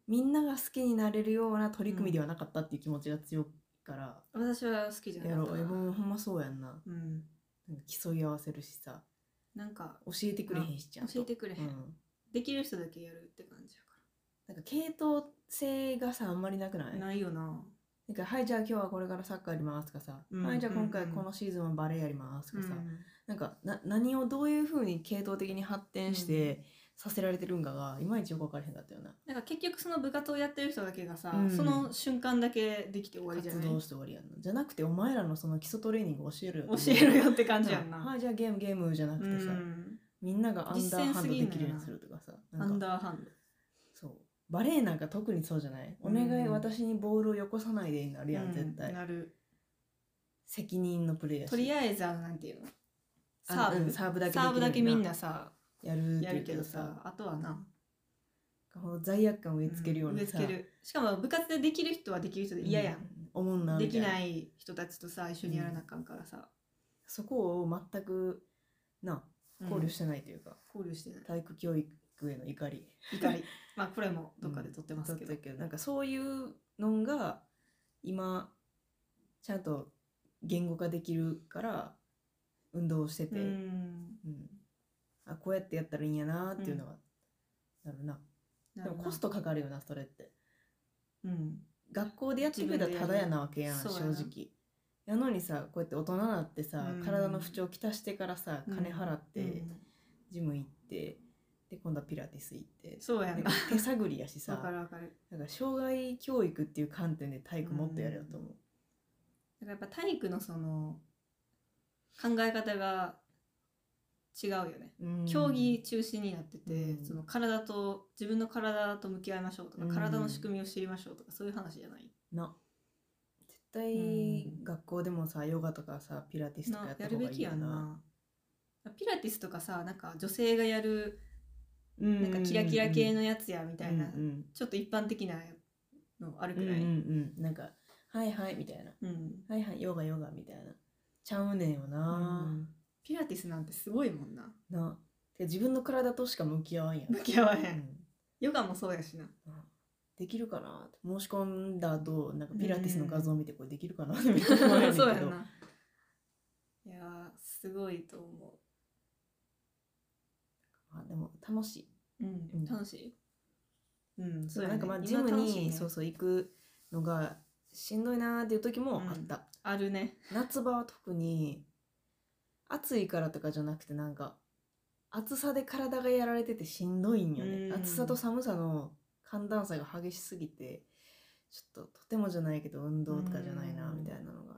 みんなが好きになれるような取り組みではなかったっていう気持ちが強いから、
私は好きじゃな
や
かっ
ろ
た
う
な
えもうほんまそうやんな
うん、
なんか競い合わせるしさ
なんか
教えてくれへんしちゃんと
教えてくれへん、
うん
できる人だけやるって感じやか
なんか系統性がさあんまりなくない
らないよな
なんかはいじゃあ今日はこれからサッカーやりますとかさ、
うん
はいじゃあ今回
うんうん
このシーズンはバレーやりますとかさ、
うん
なんかな何をどういうふうに系統的に発展してさせられてるんかがいまいちよく分からへんかったよな
なんか結局その部活をやってる人だけがさ、
うん
その瞬間だけできて終わりじゃ
活
ない
動して終わりやんなじゃなくてお前らのその基礎トレーニング教えるよ
教えるよって感
感
じやんな、
はいじゃあゲームゲームじゃなく
う
てさ、
ん、
みんながアンダーハンドできるように
実践
す
すぎん
るとかさ
ア
なん
ン
か
ダーハンド
そうバレーなんか特にそうじゃないお願い、
うん
私にボールをよこさないでになるやん、
うん
絶対
なる
責任のプレーやし
とりあえずあのなんていうの
あ
サーブ、
うんサーブだけできるようにな
サーブだけみんなさ
やるって
や
言う
る
け
け
ど
ど
さ
さあとはな
この罪悪感を植え付けるような
植え
さ、
付けるしかも部活でできる人はできる人で嫌やん、
うん、おもんな
でき
い
ない人たちとさ一緒にやらなあかんからさ、
そこを全くな
うん
考慮してないというか、
考慮してない
体育教育への怒り
怒
[LAUGHS]
りまあこれもどっかで撮ってますけど、
だけどなんかそういうのが今ちゃんと言語化できるから運動をしてて、
うん
うんあこうやってやったらいいんやなっていうのは、なるなでもコストかかるよなそれって
うん
学校でやってくれたら
自
た
分でやる
だやなわけやん
そう
正
やな
直やのにさこうやって大人になってさ、
うん
体の不調をきたしてからさ金払って、
うん
ジム行ってで今度はピラティス行って
そうやん
な
な
か
ん
手探りやし
わ
さ
かるわかる
なんか障害教育っていう観点で体育もっとやれよと思う、
だからやっぱ体育のその考え方が違うよね、
うん
競技中心になってて、
うん
その体と自分の体と向き合いましょうとか、
うん
体の仕組みを知りましょうとかそういう話じゃない
な絶対学校でもさヨガとかさピラティスとかや
な
った
や
方
る
が
べ
いい
きや
よ
ん
な
なピラティスとかさなんか女性がやる
な
なんかキラキラ系
み
のやつやみたいな、
うんうん
ちょっと一般的なのある
うん
く
うん
らい、
うんなんかはいはいみたいな
うん
はいはいヨガヨガみたいなちゃうねんよな、
ピラティスなんてすごいもんな
なてか自分の体としか向き合わんやん、
向き合わへ
うんん
ヨガもそうやしな
できるかなって申し込んだ後なんかピラティスの画像を見てこれできるかな [LAUGHS] って
[LAUGHS] そうや
けど
ないやーすごいと思
あでも楽しい、
う、う
うん
楽しいうん
そう
や
なん
ね
かまあジ
今
ム
楽しい
に、
ね
そうそう行くのがしんどいなーっていう時もあった、
あるね
夏場は特に暑いからとかじゃなくてなんか暑さで体がやられててしんどいんよね、
うん
暑さと寒さの寒暖差が激しすぎてちょっととてもじゃないけど運動とかじゃないな
うん
みたいなのが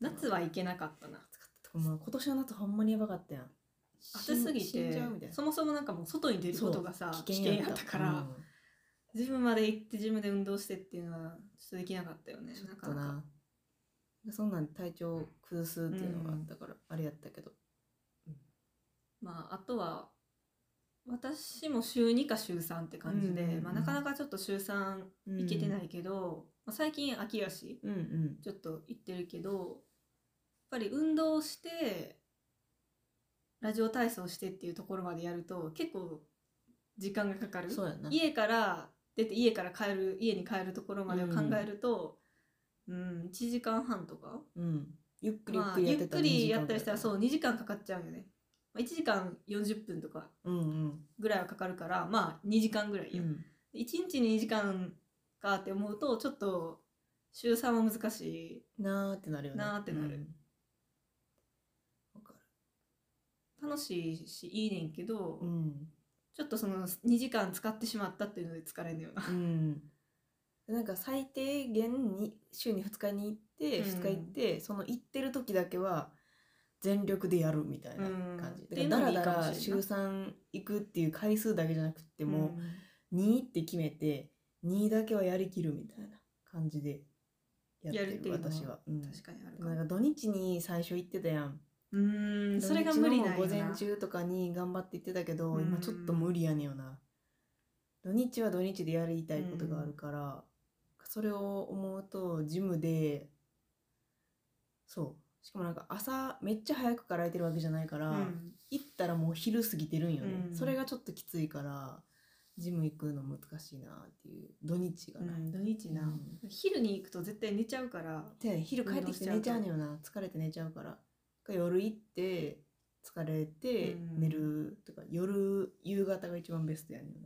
夏は行けなかったな
暑かったとか、まあ、今年の夏ほんまにやばかったやん
暑すぎ
死ん
て
じゃうみたいな
そもそもなんかもう外に出ることがさ危険やったから、
うん
自分まで行って自分で運動してっていうのはちょっとできなかったよね
ちょっ
か
とな
か
そんなん体調を崩すっていうのがあったから、あれやったけど
まああとは私も週2か週3って感じで、
うんうんうん
まあ、なかなかちょっと週3行けてないけど、まあ、最近秋やし
うんうん
ちょっと行ってるけどやっぱり運動してラジオ体操してっていうところまでやると結構時間がかかる
そうやな
家から出て家から帰る家に帰るところまでを考えると、うん1時間半とか
うんゆっくりゆっ
まあ
くりや
ゆ
っ
って
た
く
ら
り
二時
や
間
ったりしたら
ぐ
そう
い
2時間かかっちゃうよね、まあ、1時間40分とか
うんうん
ぐらいはかかるからまあ2時間ぐらいよ、
うん
1日に2時間かって思うとちょっと週3は難しい
なーってなるよね
なーってなる
うんわか
楽しいしいいねんけど、
るうん
ちょっとその2時間使ってしまったっていうので疲れんのよな
うんなんか最低限に週に2日に行って
うん
2日行って、その行ってる時だけは全力でやるみたいな感じ、
うん
だから
っていうのもいい
だ
からも
だ
し
ら
れんな
週3行くっていう回数だけじゃなくっても、
うん
2って決めて2だけはやりきるみたいな感じでやってる
やるっていうのは
私は、うん、
確かにある
で
か
もなんか
も
土日に最初行ってたやん
うーんそれが無理なん
土
よ
日の午
な
前中とかに頑張って行ってたけど、
うん
今ちょっと無理やねんよな土日は土日でやりたいことがあるから、それを思うとジムでそうしかもなんか朝めっちゃ早くから空いてるわけじゃないから、
うん
行ったらもう昼過ぎてるんよね、
うん
それがちょっときついからジム行くの難しいなっていう土日が
う
ない、
ん、土日な、
うん
昼に行くと絶対寝ちゃうから
で昼帰ってきて寝ちゃうのよな疲れて寝ちゃうから夜行って疲れて
うん
寝るとか、夜夕方が一番ベストやねん
で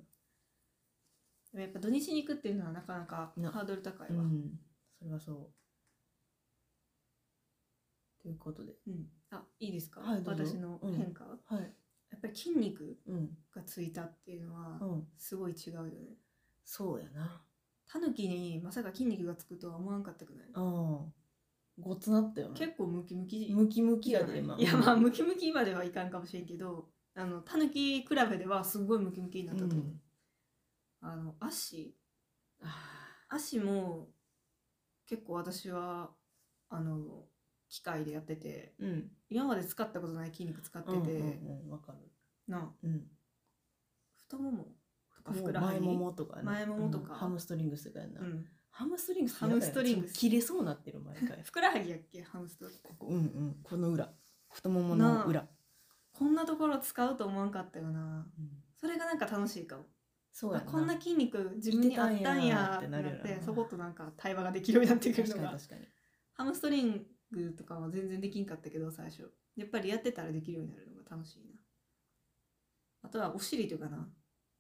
もやっぱ土日に行くっていうのはなかなか
な
ハードル高い
な
わ、
うんそれはそうということで
うんあいいですか、
はいどうぞ
私の変化、
はい
やっぱり筋肉
うん
がついたっていうのは
うん
すごい違うよね
そうやな
タヌキにまさか筋肉がつくとは思わんかったくない
うんごつなったよな
結構ムキムキ
ムキムキ
じゃ
や
ない
で今
いやまあムキムキまではいかんかもしれんけどあのタヌキ比べではすごいムキムキにな
う
ったと思う、
ん
あの足
あ
足も結構私はあの機械でやってて
ーうん
今まで使ったことない筋肉使ってて、
うんうんうんわかる
な
うん
太ももとかふくらは
前
ぎ
ももとかね
前ももとか
うんハムストリングスとかやな
うん、
ハムストリングス
ハムストリング
やだよ
ス
切れそうなってる毎
[LAUGHS]
回
ふくらはぎやっけハムストリング
ここうんうんこの裏太ももの裏、
こんなところ使うと思わんかったよな
うん
それがなんか楽しいかも
そうや
あこんな筋肉自分にあったんやってなっ
いてたんやってなるよ
て
な
そことなんか対話ができるようになってくる
確
の
かに
が
確かに
ハムストリングとかは全然できんかったけど最初やっぱりやってたらできるようになるのが楽しいなあとはお尻とかな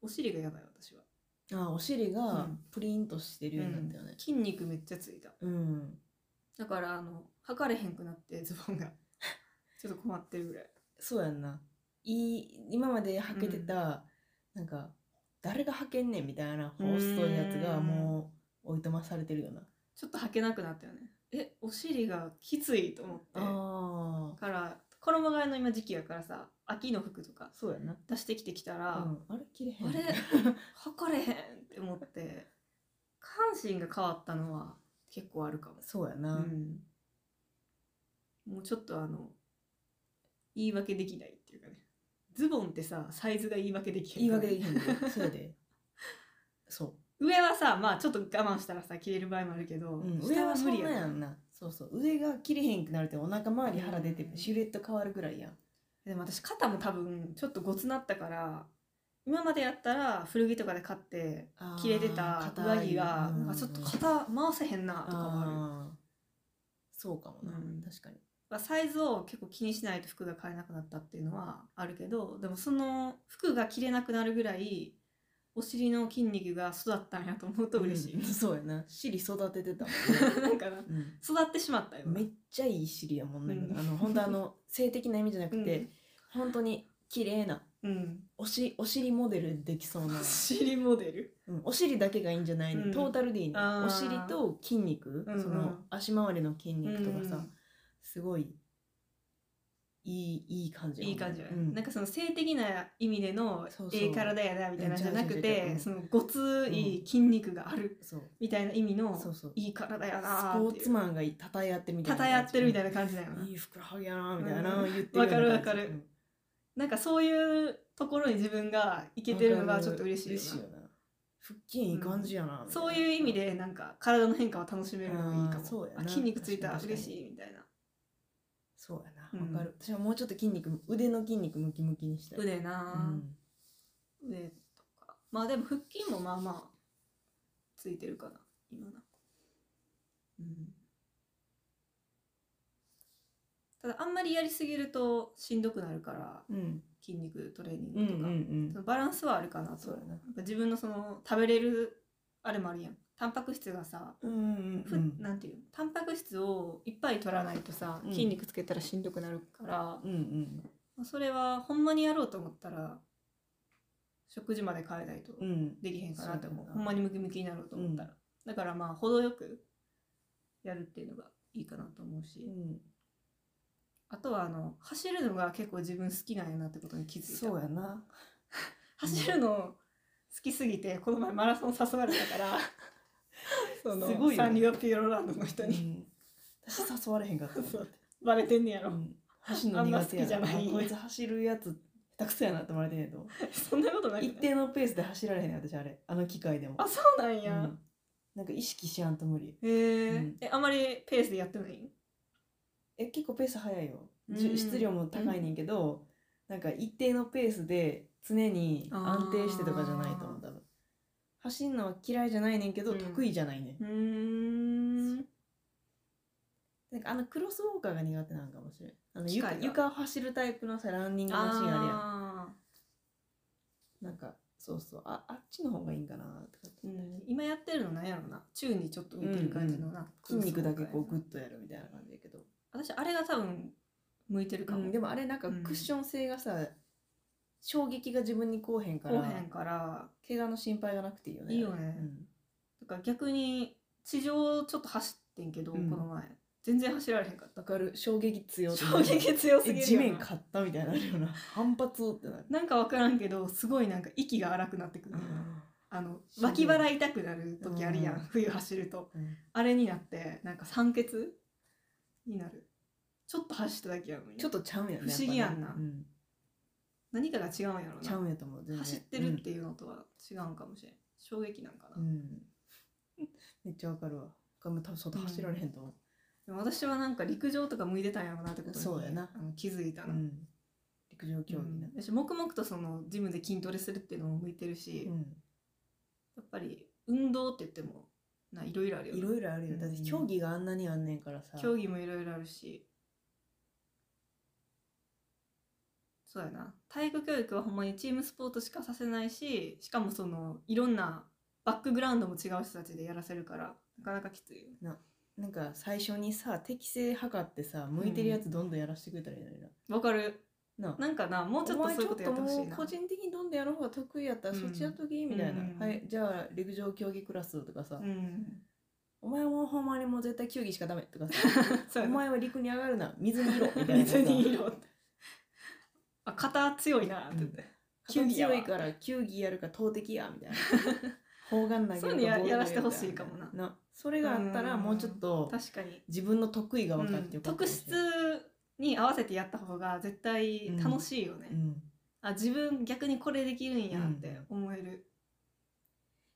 お尻がやばい私は
あお尻
う
が
ん
プリンとしてるようになったよね
筋肉めっちゃついた
うん、
だからあの測れへんくなってズボンが [LAUGHS] ちょっと困ってるぐらい
そうやんないい今まで履けてた、なんか誰が履けんねんみたいなホーストのやつが
うん
もう追い飛まされてるよな
ちょっと履けなくなったよねえお尻がきついと思ってだ
ああ
から衣替えの今時期やからさ秋の服とか
そうやな
出してきてきたら、
うん、あれ切れへん
あれ測れへんって思って下半身が変わったのは結構あるかも、
そうや
う
な、
ん、もうちょっとあの言い訳できないっていうかねズボンってさサイズが言い訳できへ
言
ん
い
から
訳できへんでそうや
[LAUGHS]
でそう
上はさまあちょっと我慢したらさ着れる場合もあるけど、
うん、上
下
は
は無
無
理
理
や
や
から
んなそうそう上が切れへんくなるってお腹周り腹出て
うん
シルエット変わるぐらいやん
でも私肩も多分ちょっとごつなったから今までやったら古着とかで買って着れてた上着がなんかちょっと肩回せへんなとかもある
あーそうかもな、
うん
確かに
まあサイズを結構気にしないと服が買えなくなったっていうのはあるけどでもその服が着れなくなるぐらいお尻の筋肉が育ったんやと思うと嬉しい、
うん [LAUGHS] そうやな尻育ててたもん
な
ね、
んかな
うん
育ってしまったよ
めっちゃいい尻やもんね、
うん
あの本当あの性的な意味じゃなくて、本当に綺麗な
うん、
おしお尻モデルできそう
[LAUGHS]
な
お、尻モデル
うんお尻だけがいいんじゃないね、
うん
トータルでいいね
あー
お尻と筋肉、
うんうん
その足回りの筋肉とかさ、
うん
すごいいいいい感じ
いい感じよね、
うん
なんかその性的な意味での
そうそう
ええ体やなみたいなんじゃなく
う
て
ん
そのごつい筋肉がある
そう
みたいな意味の
そうそう
いい体や
スポ
なーっ
ー
てい
ツ
う
マンがたたえ合ってるみたいな
たやってるみたい
な
な感じだよない
いふくらはぎやなみたいな、言って
わ
よ
か
う
る
な
わ
感じ
かるなんかそういうところに自分がいけてるの
わ
が
か
ちょっと嬉しいよな
嬉な腹筋いい感じやな、みたな
そういう意味でなんか体の変化を楽しめるのもいいか
あーそ
も
うやな
あ筋肉ついた
確かに
嬉しいみたいな
そうやな
う
わ
ん
かる、私はもうちょっと筋肉腕の筋肉ムキムキにしたい
腕な
う
あ、
ん
腕とかまあでも腹筋もまあまあついてるかな今なうんただあんまりやりすぎるとしんどくなるから
うん
筋肉トレーニン
うんう
グとか、
ん
そのバランスはあるかなと
そうやな
やっぱ自分のその食べれるあれもあるやんタンパク質がさ
うんうん
ふ、
うん
なんていうのタンパク質をいっぱい取らないとさ
うん
筋肉つけたらしんどくなるから、
うんうん
まあそれはほんまにやろうと思ったら食事まで変えないと
うん
できへんかなって思う、
そうやな
ほんまにムキムキになろうと思ったら、だからまあ程よくやるっていうのがいいかなと思うし、
うん
あとはあの走るのが結構自分好きなんやなってことに気づいた
そうやな
走るの好きすぎてこの前マラソン誘われたから [LAUGHS] その
すごいよね
サンリオピューロランドの人に
うん私誘われへんかったもん
そうバレてんねやろ、 [LAUGHS]
うん走るの苦手やな
あんま好きじゃない
あこいつ走るやつ下手くそやなって思われてんねんけど
そんなことない
一定のペースで走られへんねん私あれあの機械でも
あそうなん
う
や、
んなんか意識しやんと無理
へえ、
うん
えあまりペースでやってない
え結構ペース早いよ、じゅ
うん
質量も高いねんけど、なんか一定のペースで常に安定してとかじゃないと思う
あー
多分走るのは嫌いじゃないねんけど、
うん
得意じゃないねん
うーん
なんかあのクロスウォーカーが苦手なんかもしれんあの
機
床
械が
床を走るタイプのさランニングマシンあるや
あ
んなんかそうそうああっちの方がいいんかなとかって、
ーうん今やってるのなんやろな宙にちょっと浮いてる感じのな、
筋肉だけこうグ
ッ
ッとやるみたいな感じだけど、
私あれが多分向いてるか
う
も、
ん、でもあれなんか
うん
クッション性がさ、衝撃が自分にこうへんから
後編から
怪我の心配がなくていいよね
いいよねだから逆に地上ちょっと走ってんけど、
うん
この前全然走られへんかっ
わ、かる衝撃強
た
い
衝撃強すぎ
え
るよな
地面買ったみたいになるよな反発ってなる、
なんか分からんけどすごいなんか息が荒くなってくる、あの
そう
脇腹痛くなる時あるやん、
うん
冬走ると
うん
あれになってなんか酸欠になるちょっと走っただけやのに
ちょっとちゃうんやね
不思議やんな
っぱねうん
何かが違うんやろ
ちゃ
な
うんやと思う全然
走ってるっていうのとは違うんかもしれん衝撃なんかな、
うん、 [LAUGHS] うんめっちゃわかるわ多分外走られへんと思う、
でも私はなんか陸上とか向いてたんやろなってことに
そうやな
あの気づいた
う
な、
ん陸上競技な
うん私黙々とそのジムで筋トレするっていうのも向いてるし、
う
や
ん
っぱり運動って言ってもないろいろあるよない
ろいろあるよだって競技があんなにあんねんからさ
競技もいろいろあるしそうやな体育教育はほんまにチームスポーツしかさせないししかもそのいろんなバックグラウンドも違う人たちでやらせるからなかなかきついよ
なんか最初にさ適性測ってさ向いてるやつどんどんやらしてくれたらいいのにな、
わかる
なあ
なんかなもうちょっとそういうことやってほし
お前
い
ちょっともう
な
個人的にどんどんやる方が得意やったら
うん
そっちやっときみたいな、
うん
はいじゃあ陸上競技クラスとかさ、 [LAUGHS]
うん
お前もほんまにもう絶対球技しかダメとかさ
[LAUGHS] そ
お
うやな
前は陸に上がるな水にいろみたいなさ
[LAUGHS] 水に色ってあ肩強いなって言って、
球技強いからら球技やるか投擲やみた
[LAUGHS]
いな砲丸投げるか
そういうのや
ボール投げる
やらしてほしいかもな
それがあったらもうちょっと
確かに
自分の得意が分かっ
う
て
ん
よかったか
特
もし
質
れない、
に合わせてやった方が絶対楽しいよね、
うん
あ自分逆にこれできるんやって思える、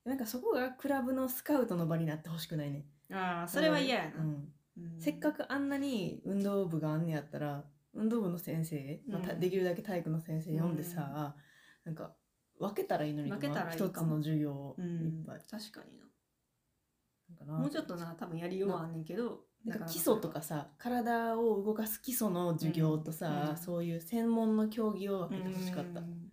なんかそこがクラブのスカウトの場になってほしくないね
ああそれは嫌やな、
うん
うん
せっかくあんなに運動部があんねやったら運動部の先生、まあた
うん
できるだけ体育の先生読んでさ、なんか分けたらいいのにな
分けたらいい
一
かも
つの授業を
う
いっ
ん
ぱい、
確かにな
なんかな
もうちょっとな多分やりようはあんねんけど
なんか基礎とかさ体を動かす基礎の授業とさ、
うん
そういう専門の競技を分けてほしかった、
うん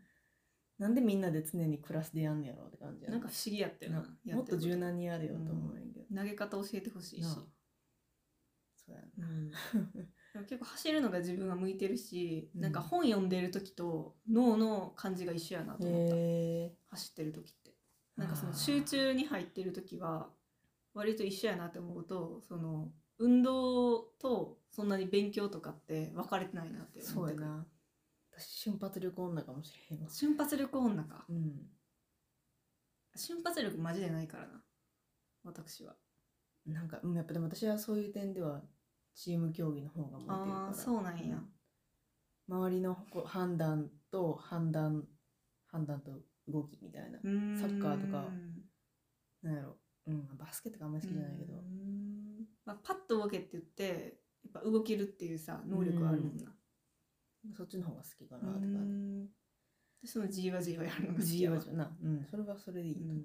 なんでみんなで常にクラスでやんねやろうって感じや
なんか不思議やったよな
な
や
もって
ること
柔軟にやれよと思うんやけど、
投げ方教えてほしいし
なあそうやな、
でも結構走るのが自分は向いてるし、
うん
なんか本読んでる時と脳の感じが一緒やなと思った、
へ
走ってる時ってなんかその集中に入ってる時は割と一緒やなって思うとその運動とそんなに勉強とかって分かれてないなって
え
思
そ
っ
う
て
や
くる
な私瞬発力女かもしれへんわ
瞬発力女か
うん
瞬発力マジでないからな私は
なんか、うん、やっぱでも私はそういう点ではチーム競技の方が向いてるか
あ
ら
あそうなんや
周りのこう判断と判断判断と動きみたいな
う、ーん
サッカーとかなんやろ、うん、バスケとかあんまり好きじゃないけど
うーんまあ、パッと動けって言ってやっぱ動けるっていうさ能力はあるもんな
そっちの方が好きかな
う
とかね
んでそのじわじわやるのが好き
じ
や
わ
わ
じわな、うん、それはそれでいいと思う、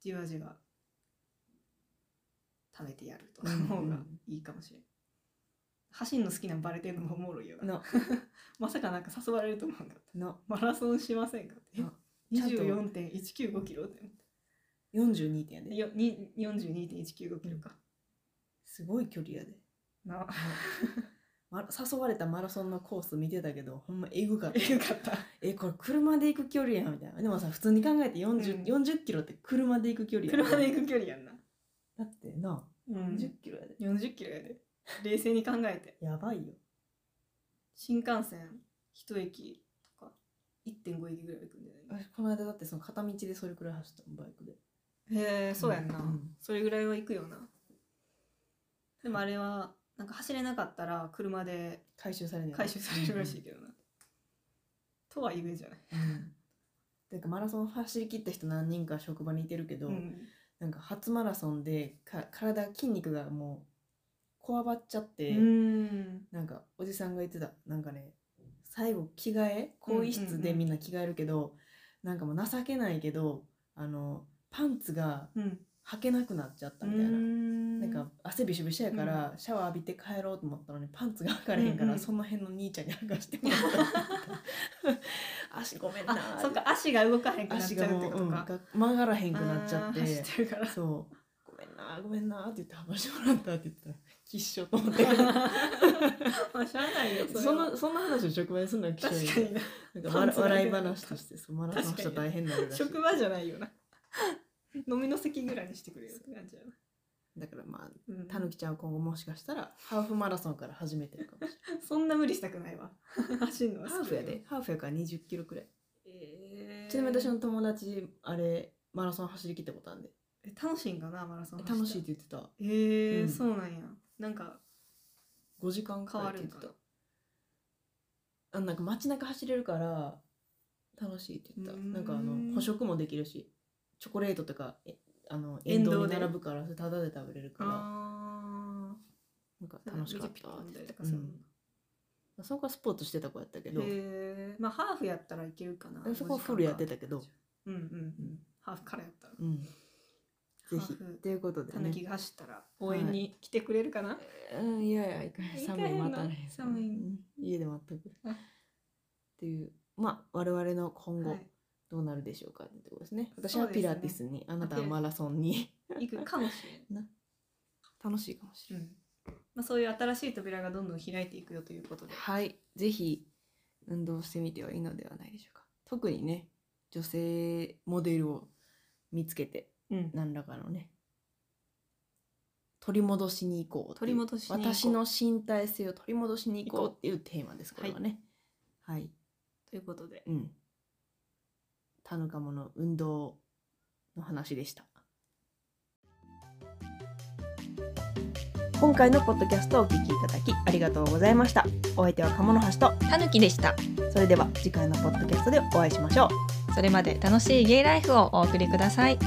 じわじわ食べてやると
う
か
んうん
の方がいいかもしれん、走るの好きなんバレてんのもおもろいよな
な
まさかなんか誘われると思わなかった
な
マラソンしませんかって
あちゃんと
24.195キロって思っ
42点や
て
で
よに42.195キロか、
すごい距離やで [LAUGHS]
な
ま誘われたマラソンのコース見てたけどほんまエグかった
えよかった
えこれ車で行く距離やんみたいなでもさ普通に考えて 40,、
うん
40キロって車で行く距離やん
車で行く距離やんな、
だってな
う
40
40
キロやで
キロやで冷静に考えて
やばいよ
新幹線一駅とか1.5駅ぐらいは行くんじゃない
私この間だってその片道でそれくらい走ったもんバイクで
へえそうやんな、
うん
それぐらいは行くよなでもあれはなんか走れなかったら車で
回収されない
回収されるらしいけどな、とは言えじゃない、
うんてかマラソン走り切った人何人か職場にいてるけど、
うん
なんか初マラソンでか体筋肉がもうこわばっちゃって、
うん
なんかおじさんが言ってたなんかね最後着替え更衣室でみんな着替えるけど、なんかもう情けないけどあのパンツが
うん
履けなくなっちゃったみたいな。なんか汗びしょびしょやから、シャワー浴びて帰ろうと思ったのにパンツが履かれへんから、
うんうん
その辺の兄ちゃんに履かしてもら [LAUGHS] った足ごめんな
あそっか足が動かへんくなっ
足
ちゃ
が
うっ
も
て
う、
こ
う
と
ん、
か
が曲がらへんくなっちゃっ
あー
て
走って
[LAUGHS]
るから
そうごめんなごめんなって言って幅してもらったって言ったらきっしょと思っ [LAUGHS] て
まあしゃあないよ
そ
れは
のそんな話を職場でするのはきっしょ
確か
い
にな
なんか笑
パンツが
笑い話としてそうマラソン
確か
した
に
ら大変になるらしい
職場じゃないよな飲みの席ぐらいにしてくれよって感じやな
だからまあ
うん
たぬきちゃんは今後もしかしたらハーフマラソンから始めてるかもし
そんな無理したくないわ [LAUGHS] 走るの
れ
は
ないハーフやでハーフやから2 0キロくらい
えー
ちなみに私の友達あれマラソン走りきったことあるんで
え楽しいんかなマラソン走ったら
楽しいって言ってた
えー
うん
そうなんやなんか
5時間くらいって言って
変
た
わ
あなんか街中走れるから楽しいって言ってた
うーん
なんかあの補食もできるしチョコレートとかえあの
沿
沿
道
道
で
に並ぶからそれタダで食べれるから
あ
なんか
ー
楽しかった
そうだ
って
ね
言ってた
短くする
う
の
んまあそこはスポーツしてた子やったけど
へえまあハーフやったらいけるかな
あそこはフルやってたけど
うんうんう
うんん
ハーフからやったら
うんぜ
ハ
ひ
ーフ
ということで
たぬ
ね
きが走ったら応援に来てくれるかな、
うんいやいや行かへん
行かへんの
寒い待たれへんから
寒い
うん家で待っとく
あ
っていうまあ我々の今後、
は
どうなるでしょうかってとこですね。私
そう
は
ですね
ピラティスに、あなたは
ピラ
マラソンに
い、行くかもしれん
楽しいかもしれない。
うんまあ、そういう新しい扉がどんどん開いていくよということで、
はい、ぜひ運動してみてはいいのではないでしょうか。特にね、女性モデルを見つけて
うん、
何らかのね、取り戻しに行こうって
取
い
り
う
戻しに行こう
私の身体性を取り戻しに行こうっていうテーマです。これはね。はい、
ということで
うん。タヌカモの運動の話でした。
今回のポッドキャストをお聞きいただきありがとうございました。お相手は鴨の橋と、
たぬきでした
それでは次回のポッドキャストでお会いしましょう。
それまで楽しいゲイライフをお送りください